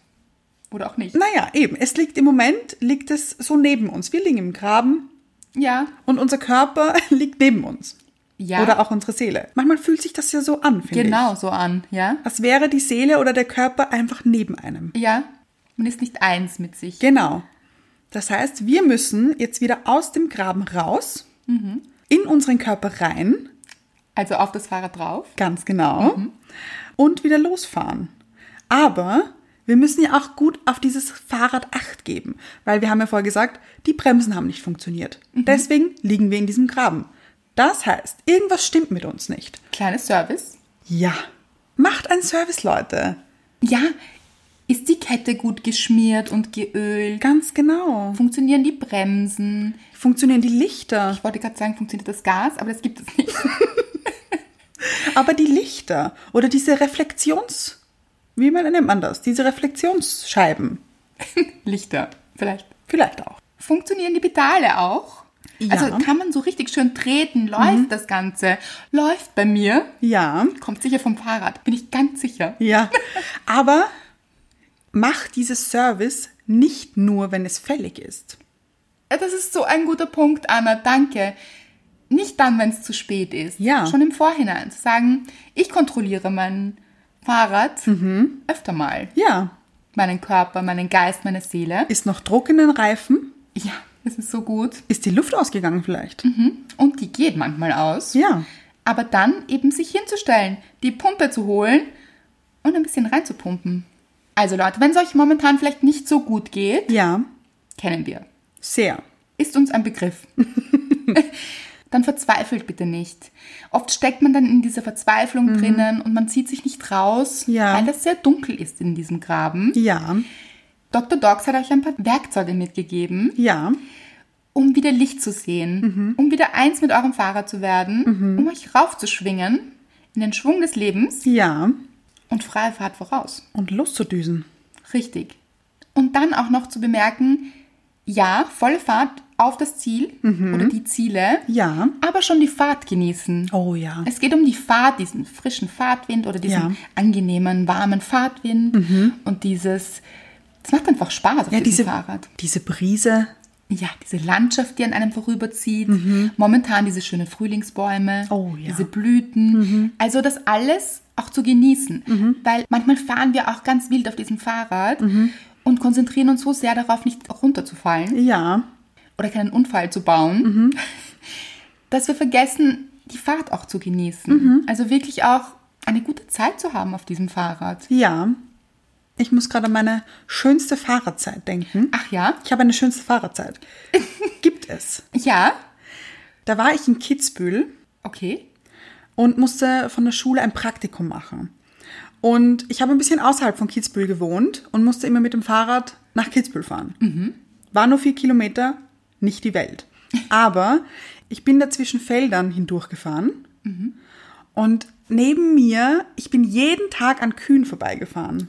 [SPEAKER 2] Oder auch nicht.
[SPEAKER 1] naja, eben, es liegt im Moment, liegt es so neben uns. Wir liegen im Graben
[SPEAKER 2] Ja.
[SPEAKER 1] und unser Körper liegt neben uns.
[SPEAKER 2] Ja.
[SPEAKER 1] Oder auch unsere Seele. Manchmal fühlt sich das ja so an, finde ich.
[SPEAKER 2] Genau so an. Ja.
[SPEAKER 1] Als wäre die Seele oder der Körper einfach neben einem.
[SPEAKER 2] Ja. Man ist nicht eins mit sich.
[SPEAKER 1] Genau. Das heißt, wir müssen jetzt wieder aus dem Graben raus,
[SPEAKER 2] Mhm.
[SPEAKER 1] in unseren Körper rein,
[SPEAKER 2] Also auf das Fahrrad drauf.
[SPEAKER 1] ganz genau,
[SPEAKER 2] Mhm.
[SPEAKER 1] und wieder losfahren. Aber wir müssen ja auch gut auf dieses Fahrrad Acht geben, weil wir haben ja vorher gesagt, die Bremsen haben nicht funktioniert.
[SPEAKER 2] Mhm.
[SPEAKER 1] Deswegen liegen wir in diesem Graben. Das heißt, irgendwas stimmt mit uns nicht.
[SPEAKER 2] Kleines Service.
[SPEAKER 1] Ja. Macht einen Service, Leute.
[SPEAKER 2] Ja. Ist die Kette gut geschmiert und geölt?
[SPEAKER 1] Ganz genau.
[SPEAKER 2] Funktionieren die Bremsen?
[SPEAKER 1] Funktionieren die Lichter.
[SPEAKER 2] Ich wollte gerade sagen, funktioniert das Gas, aber das gibt es nicht.
[SPEAKER 1] Aber die Lichter oder diese Reflexions... Wie man nennt man das? Diese Reflexionsscheiben.
[SPEAKER 2] Lichter, vielleicht.
[SPEAKER 1] Vielleicht auch.
[SPEAKER 2] Funktionieren die Pedale auch?
[SPEAKER 1] Ja.
[SPEAKER 2] Also kann man so richtig schön treten, läuft das Ganze. Läuft bei mir,
[SPEAKER 1] Ja.
[SPEAKER 2] kommt sicher vom Fahrrad, bin ich ganz sicher.
[SPEAKER 1] Ja. Aber mach dieses Service nicht nur, wenn es fällig ist.
[SPEAKER 2] Äh, Das ist so ein guter Punkt, Anna, danke. Nicht dann, wenn es zu spät ist.
[SPEAKER 1] Ja.
[SPEAKER 2] Schon im Vorhinein zu sagen, ich kontrolliere mein Fahrrad
[SPEAKER 1] Mhm.
[SPEAKER 2] öfter mal.
[SPEAKER 1] Ja.
[SPEAKER 2] Meinen Körper, meinen Geist, meine Seele.
[SPEAKER 1] Ist noch Druck in den Reifen?
[SPEAKER 2] Ja, das ist so gut.
[SPEAKER 1] Ist die Luft ausgegangen vielleicht?
[SPEAKER 2] Mhm. Und die geht manchmal aus.
[SPEAKER 1] Ja.
[SPEAKER 2] Aber dann eben sich hinzustellen, die Pumpe zu holen und ein bisschen reinzupumpen. Also Leute, wenn es euch momentan vielleicht nicht so gut geht,
[SPEAKER 1] Ja.
[SPEAKER 2] kennen wir.
[SPEAKER 1] Sehr.
[SPEAKER 2] Ist uns ein Begriff. dann verzweifelt bitte nicht. Oft steckt man dann in dieser Verzweiflung drinnen und man zieht sich nicht raus,
[SPEAKER 1] Ja.
[SPEAKER 2] weil es sehr dunkel ist in diesem Graben.
[SPEAKER 1] Ja.
[SPEAKER 2] Dr. Dogs hat euch ein paar Werkzeuge mitgegeben
[SPEAKER 1] Ja.
[SPEAKER 2] um wieder Licht zu sehen, um wieder eins mit eurem Fahrer zu werden, um euch raufzuschwingen in den Schwung des Lebens
[SPEAKER 1] Ja.
[SPEAKER 2] und freie Fahrt voraus.
[SPEAKER 1] Und loszudüsen.
[SPEAKER 2] Richtig. Und dann auch noch zu bemerken, ja, volle Fahrt auf das Ziel oder die Ziele,
[SPEAKER 1] Ja.
[SPEAKER 2] aber schon die Fahrt genießen.
[SPEAKER 1] Oh ja.
[SPEAKER 2] Es geht um die Fahrt, diesen frischen Fahrtwind oder diesen
[SPEAKER 1] Ja. Mhm.
[SPEAKER 2] angenehmen, warmen Fahrtwind und dieses, es macht einfach Spaß auf
[SPEAKER 1] Ja,
[SPEAKER 2] diesem
[SPEAKER 1] diese,
[SPEAKER 2] Fahrrad.
[SPEAKER 1] diese Brise.
[SPEAKER 2] Ja, diese Landschaft, die an einem vorüberzieht. Momentan diese schönen Frühlingsbäume,
[SPEAKER 1] Mhm. Oh ja. Mhm.
[SPEAKER 2] diese Blüten. Also das alles auch zu genießen. Weil manchmal fahren wir auch ganz wild auf diesem Fahrrad
[SPEAKER 1] Mhm.
[SPEAKER 2] und konzentrieren uns so sehr darauf, nicht runterzufallen
[SPEAKER 1] Ja.
[SPEAKER 2] oder keinen Unfall zu bauen,
[SPEAKER 1] Mhm.
[SPEAKER 2] dass wir vergessen, die Fahrt auch zu genießen.
[SPEAKER 1] Mhm.
[SPEAKER 2] Also wirklich auch eine gute Zeit zu haben auf diesem Fahrrad.
[SPEAKER 1] Ja. Ich muss gerade an meine schönste Fahrerzeit denken.
[SPEAKER 2] Ach ja,
[SPEAKER 1] Ich habe eine schönste Fahrerzeit. Gibt es.
[SPEAKER 2] ja,
[SPEAKER 1] Da war ich in Kitzbühel
[SPEAKER 2] okay.
[SPEAKER 1] Mhm. und musste von der Schule ein Praktikum machen. Und ich habe ein bisschen außerhalb von Kitzbühel gewohnt und musste immer mit dem Fahrrad nach Kitzbühel fahren. War nur vier Kilometer, nicht die Welt. Aber ich bin da zwischen Feldern hindurchgefahren und neben mir, ich bin jeden Tag an Kühen vorbeigefahren.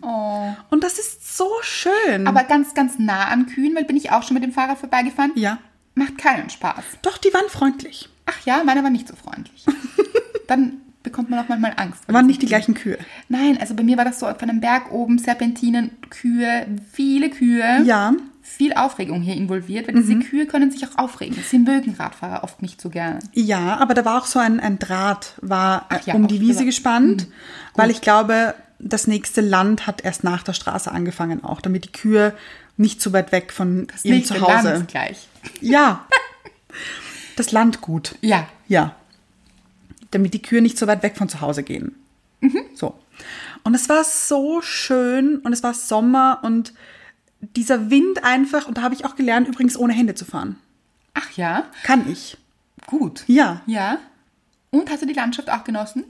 [SPEAKER 1] Und das ist so schön.
[SPEAKER 2] Aber ganz, ganz nah an Kühen, weil bin ich auch schon mit dem Fahrrad vorbeigefahren.
[SPEAKER 1] ja,
[SPEAKER 2] Macht keinen Spaß.
[SPEAKER 1] doch, die waren freundlich.
[SPEAKER 2] Ach ja, meiner war nicht so freundlich. Dann bekommt man auch manchmal Angst.
[SPEAKER 1] Waren nicht die gleichen Kühe.
[SPEAKER 2] Nein, also bei mir war das so auf einem Berg oben, Serpentinen, Kühe, viele Kühe.
[SPEAKER 1] Ja. Mhm.
[SPEAKER 2] viel Aufregung hier involviert, weil diese Kühe können sich auch aufregen. Sie mögen Radfahrer oft nicht so gerne.
[SPEAKER 1] Ja, aber da war auch so ein, ein Draht, war äh,
[SPEAKER 2] Ach ja, hm,
[SPEAKER 1] um
[SPEAKER 2] auch
[SPEAKER 1] die Wiese
[SPEAKER 2] drüber.
[SPEAKER 1] gespannt, weil ich glaube, das nächste Land hat erst nach der Straße angefangen, auch damit die Kühe nicht so weit weg von
[SPEAKER 2] Das
[SPEAKER 1] ihrem
[SPEAKER 2] nächste Land
[SPEAKER 1] Zuhause.
[SPEAKER 2] ist gleich.
[SPEAKER 1] Ja. Das Landgut.
[SPEAKER 2] Ja,
[SPEAKER 1] Ja. Damit die Kühe nicht so weit weg von zu Hause gehen.
[SPEAKER 2] Mhm.
[SPEAKER 1] So. Und es war so schön und es war Sommer und dieser Wind einfach, und da habe ich auch gelernt, übrigens ohne Hände zu fahren.
[SPEAKER 2] ach ja,
[SPEAKER 1] Kann ich.
[SPEAKER 2] gut.
[SPEAKER 1] Ja.
[SPEAKER 2] Ja. Und hast du die Landschaft auch genossen?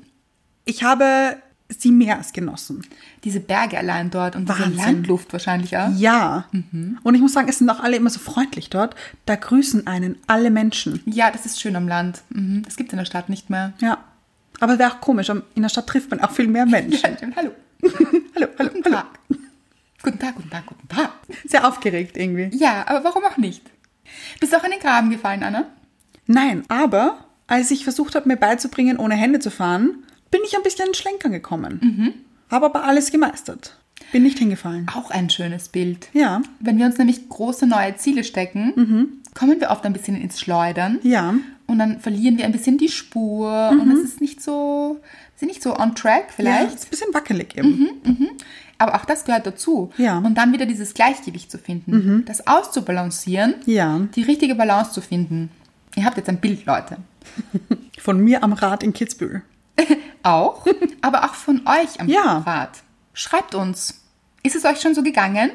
[SPEAKER 1] Ich habe sie mehr als genossen.
[SPEAKER 2] Diese Berge allein dort und diese
[SPEAKER 1] Wahnsinn.
[SPEAKER 2] Landluft wahrscheinlich auch.
[SPEAKER 1] Ja. Und ich muss sagen, es sind auch alle immer so freundlich dort. Da grüßen einen alle Menschen.
[SPEAKER 2] Ja, das ist schön am Land. Mhm. Das gibt es in der Stadt nicht mehr.
[SPEAKER 1] Ja. Aber wäre auch komisch. am- In der Stadt trifft man auch viel mehr Menschen.
[SPEAKER 2] hallo.
[SPEAKER 1] Hallo, hallo,
[SPEAKER 2] Guten
[SPEAKER 1] hallo.
[SPEAKER 2] Tag. Guten Tag, guten Tag, guten Tag.
[SPEAKER 1] Sehr aufgeregt irgendwie.
[SPEAKER 2] Ja, aber warum auch nicht? Bist du auch in den Graben gefallen, Anna?
[SPEAKER 1] Nein, aber als ich versucht habe, mir beizubringen, ohne Hände zu fahren, bin ich ein bisschen in Schlenkern gekommen. Habe aber alles gemeistert. Bin nicht hingefallen.
[SPEAKER 2] Auch ein schönes Bild.
[SPEAKER 1] Ja. Mhm.
[SPEAKER 2] Wenn wir uns nämlich große neue Ziele stecken, kommen wir oft ein bisschen ins Schleudern.
[SPEAKER 1] Ja. Mhm.
[SPEAKER 2] Und dann verlieren wir ein bisschen die Spur und es ist nicht so, sind nicht so on track
[SPEAKER 1] Ja,
[SPEAKER 2] vielleicht.
[SPEAKER 1] ist ein bisschen wackelig eben.
[SPEAKER 2] Aber auch das gehört dazu.
[SPEAKER 1] Ja. Mhm.
[SPEAKER 2] Und dann wieder dieses Gleichgewicht zu finden, das auszubalancieren,
[SPEAKER 1] Ja.
[SPEAKER 2] die richtige Balance zu finden. Ihr habt jetzt ein Bild, Leute.
[SPEAKER 1] Von mir am Rad in Kitzbühel.
[SPEAKER 2] Auch, aber auch von euch am
[SPEAKER 1] Ja.
[SPEAKER 2] Rad. Schreibt uns, ist es euch schon so gegangen?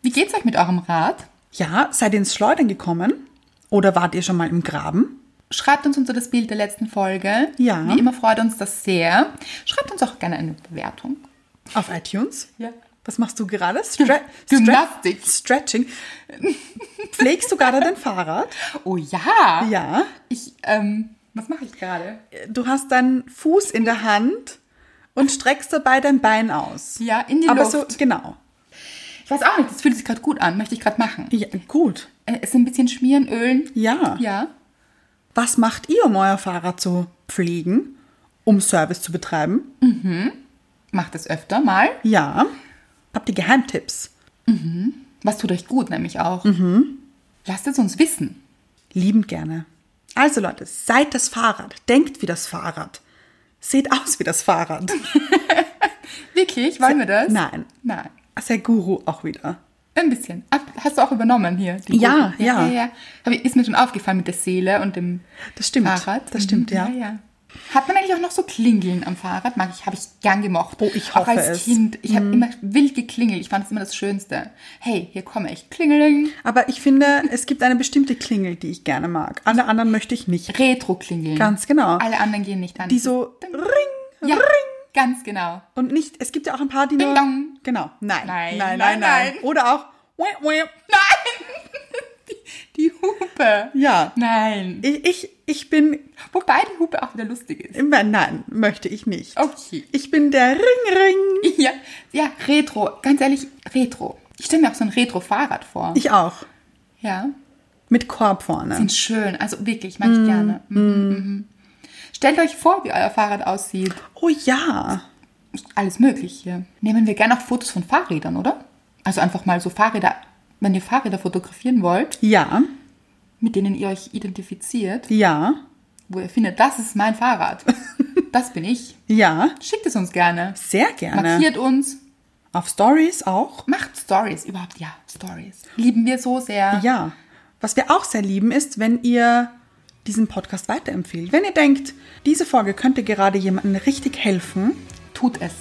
[SPEAKER 2] Wie geht's euch mit eurem Rad?
[SPEAKER 1] Ja, seid ihr ins Schleudern gekommen? Oder wart ihr schon mal im Graben?
[SPEAKER 2] Schreibt uns unter das Bild der letzten Folge.
[SPEAKER 1] Ja.
[SPEAKER 2] Wie immer freut uns das sehr. Schreibt uns auch gerne eine Bewertung.
[SPEAKER 1] Auf iTunes?
[SPEAKER 2] Ja.
[SPEAKER 1] Was machst du gerade? Stre
[SPEAKER 2] Gymnastik.
[SPEAKER 1] Stre Stretching. Pflegst du gerade dein Fahrrad?
[SPEAKER 2] Oh ja.
[SPEAKER 1] Ja.
[SPEAKER 2] Ich, ähm, was mache ich gerade?
[SPEAKER 1] Du hast deinen Fuß in der Hand und streckst dabei dein Bein aus.
[SPEAKER 2] Ja, in die
[SPEAKER 1] Aber
[SPEAKER 2] Luft.
[SPEAKER 1] so, genau.
[SPEAKER 2] Ich weiß auch nicht, das fühlt sich gerade gut an, möchte ich gerade machen.
[SPEAKER 1] Ja, gut.
[SPEAKER 2] Äh, Es ist ein bisschen schmieren, ölen.
[SPEAKER 1] Ja.
[SPEAKER 2] Ja.
[SPEAKER 1] Was macht ihr, um euer Fahrrad zu pflegen, um Service zu betreiben?
[SPEAKER 2] Macht es öfter mal.
[SPEAKER 1] Ja. Habt ihr Geheimtipps?
[SPEAKER 2] Was tut euch gut, nämlich auch.
[SPEAKER 1] Mhm.
[SPEAKER 2] Lasst es uns wissen.
[SPEAKER 1] Liebend gerne. Also Leute, seid das Fahrrad, denkt wie das Fahrrad, seht aus wie das Fahrrad.
[SPEAKER 2] Wirklich? Wollen wir das?
[SPEAKER 1] Nein.
[SPEAKER 2] Nein.
[SPEAKER 1] Sehr Guru auch wieder.
[SPEAKER 2] Ein bisschen. Ah, Hast du auch übernommen hier? die
[SPEAKER 1] Ja,
[SPEAKER 2] Gurken?
[SPEAKER 1] ja.
[SPEAKER 2] ja, ja. Aber ist mir schon aufgefallen mit der Seele und dem
[SPEAKER 1] Das stimmt.
[SPEAKER 2] Fahrrad.
[SPEAKER 1] Das stimmt,
[SPEAKER 2] Mhm,
[SPEAKER 1] ja.
[SPEAKER 2] ja, ja. Hat man eigentlich auch noch so Klingeln am Fahrrad? Mag ich, habe ich gern gemocht.
[SPEAKER 1] Oh, ich
[SPEAKER 2] auch
[SPEAKER 1] hoffe
[SPEAKER 2] als
[SPEAKER 1] es. Mhm.
[SPEAKER 2] Kind. Ich habe immer wild geklingelt. Ich fand es immer das Schönste. Hey, hier komme ich. Klingeling.
[SPEAKER 1] Aber ich finde, es gibt eine bestimmte Klingel, die ich gerne mag. Alle anderen möchte ich nicht.
[SPEAKER 2] Retro-Klingeln.
[SPEAKER 1] Ganz genau.
[SPEAKER 2] Alle anderen gehen nicht an.
[SPEAKER 1] Die so
[SPEAKER 2] Ding.
[SPEAKER 1] Ring,
[SPEAKER 2] Also, Ja,
[SPEAKER 1] Ring.
[SPEAKER 2] ganz genau.
[SPEAKER 1] Und nicht, es gibt ja auch ein paar, die
[SPEAKER 2] Ding
[SPEAKER 1] nur...
[SPEAKER 2] dong.
[SPEAKER 1] Genau. Nein.
[SPEAKER 2] Nein,
[SPEAKER 1] nein, nein. nein.
[SPEAKER 2] nein, nein.
[SPEAKER 1] Oder auch... Wah, wah.
[SPEAKER 2] Die Hupe.
[SPEAKER 1] Ja.
[SPEAKER 2] Nein.
[SPEAKER 1] Ich, ich, ich bin
[SPEAKER 2] Wobei die Hupe auch wieder lustig ist.
[SPEAKER 1] immer, nein, möchte ich nicht.
[SPEAKER 2] Okay.
[SPEAKER 1] Ich bin der Ring Ring.
[SPEAKER 2] Ja, ja, Retro. Ganz ehrlich, Retro. Ich stelle mir auch so ein Retro-Fahrrad vor.
[SPEAKER 1] Ich auch.
[SPEAKER 2] ja.
[SPEAKER 1] Mit Korb vorne.
[SPEAKER 2] Sind schön. Also wirklich, mag ich gerne.
[SPEAKER 1] Mm,
[SPEAKER 2] Mhm. mhm. Stellt euch vor, wie euer Fahrrad aussieht.
[SPEAKER 1] Oh ja.
[SPEAKER 2] Ist Alles möglich hier. Nehmen wir gerne auch Fotos von Fahrrädern, oder? Also einfach mal so Fahrräder, wenn ihr Fahrräder fotografieren wollt,
[SPEAKER 1] Ja,
[SPEAKER 2] mit denen ihr euch identifiziert,
[SPEAKER 1] ja,
[SPEAKER 2] wo ihr findet, das ist mein Fahrrad. das bin ich.
[SPEAKER 1] ja.
[SPEAKER 2] Schickt es uns gerne.
[SPEAKER 1] Sehr gerne.
[SPEAKER 2] Markiert uns.
[SPEAKER 1] Auf Stories auch.
[SPEAKER 2] Macht Stories überhaupt. Ja, Stories. Lieben wir so sehr.
[SPEAKER 1] Ja. Was wir auch sehr lieben ist, wenn ihr diesen Podcast weiterempfehlt. Wenn ihr denkt, diese Folge könnte gerade jemandem richtig helfen.
[SPEAKER 2] Tut es.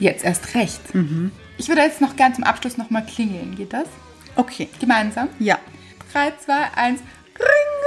[SPEAKER 2] Jetzt erst recht.
[SPEAKER 1] Mhm.
[SPEAKER 2] Ich würde jetzt noch gern zum Abschluss nochmal klingeln. Geht das?
[SPEAKER 1] Okay.
[SPEAKER 2] Gemeinsam?
[SPEAKER 1] Ja.
[SPEAKER 2] 3, 2, 1. Ring!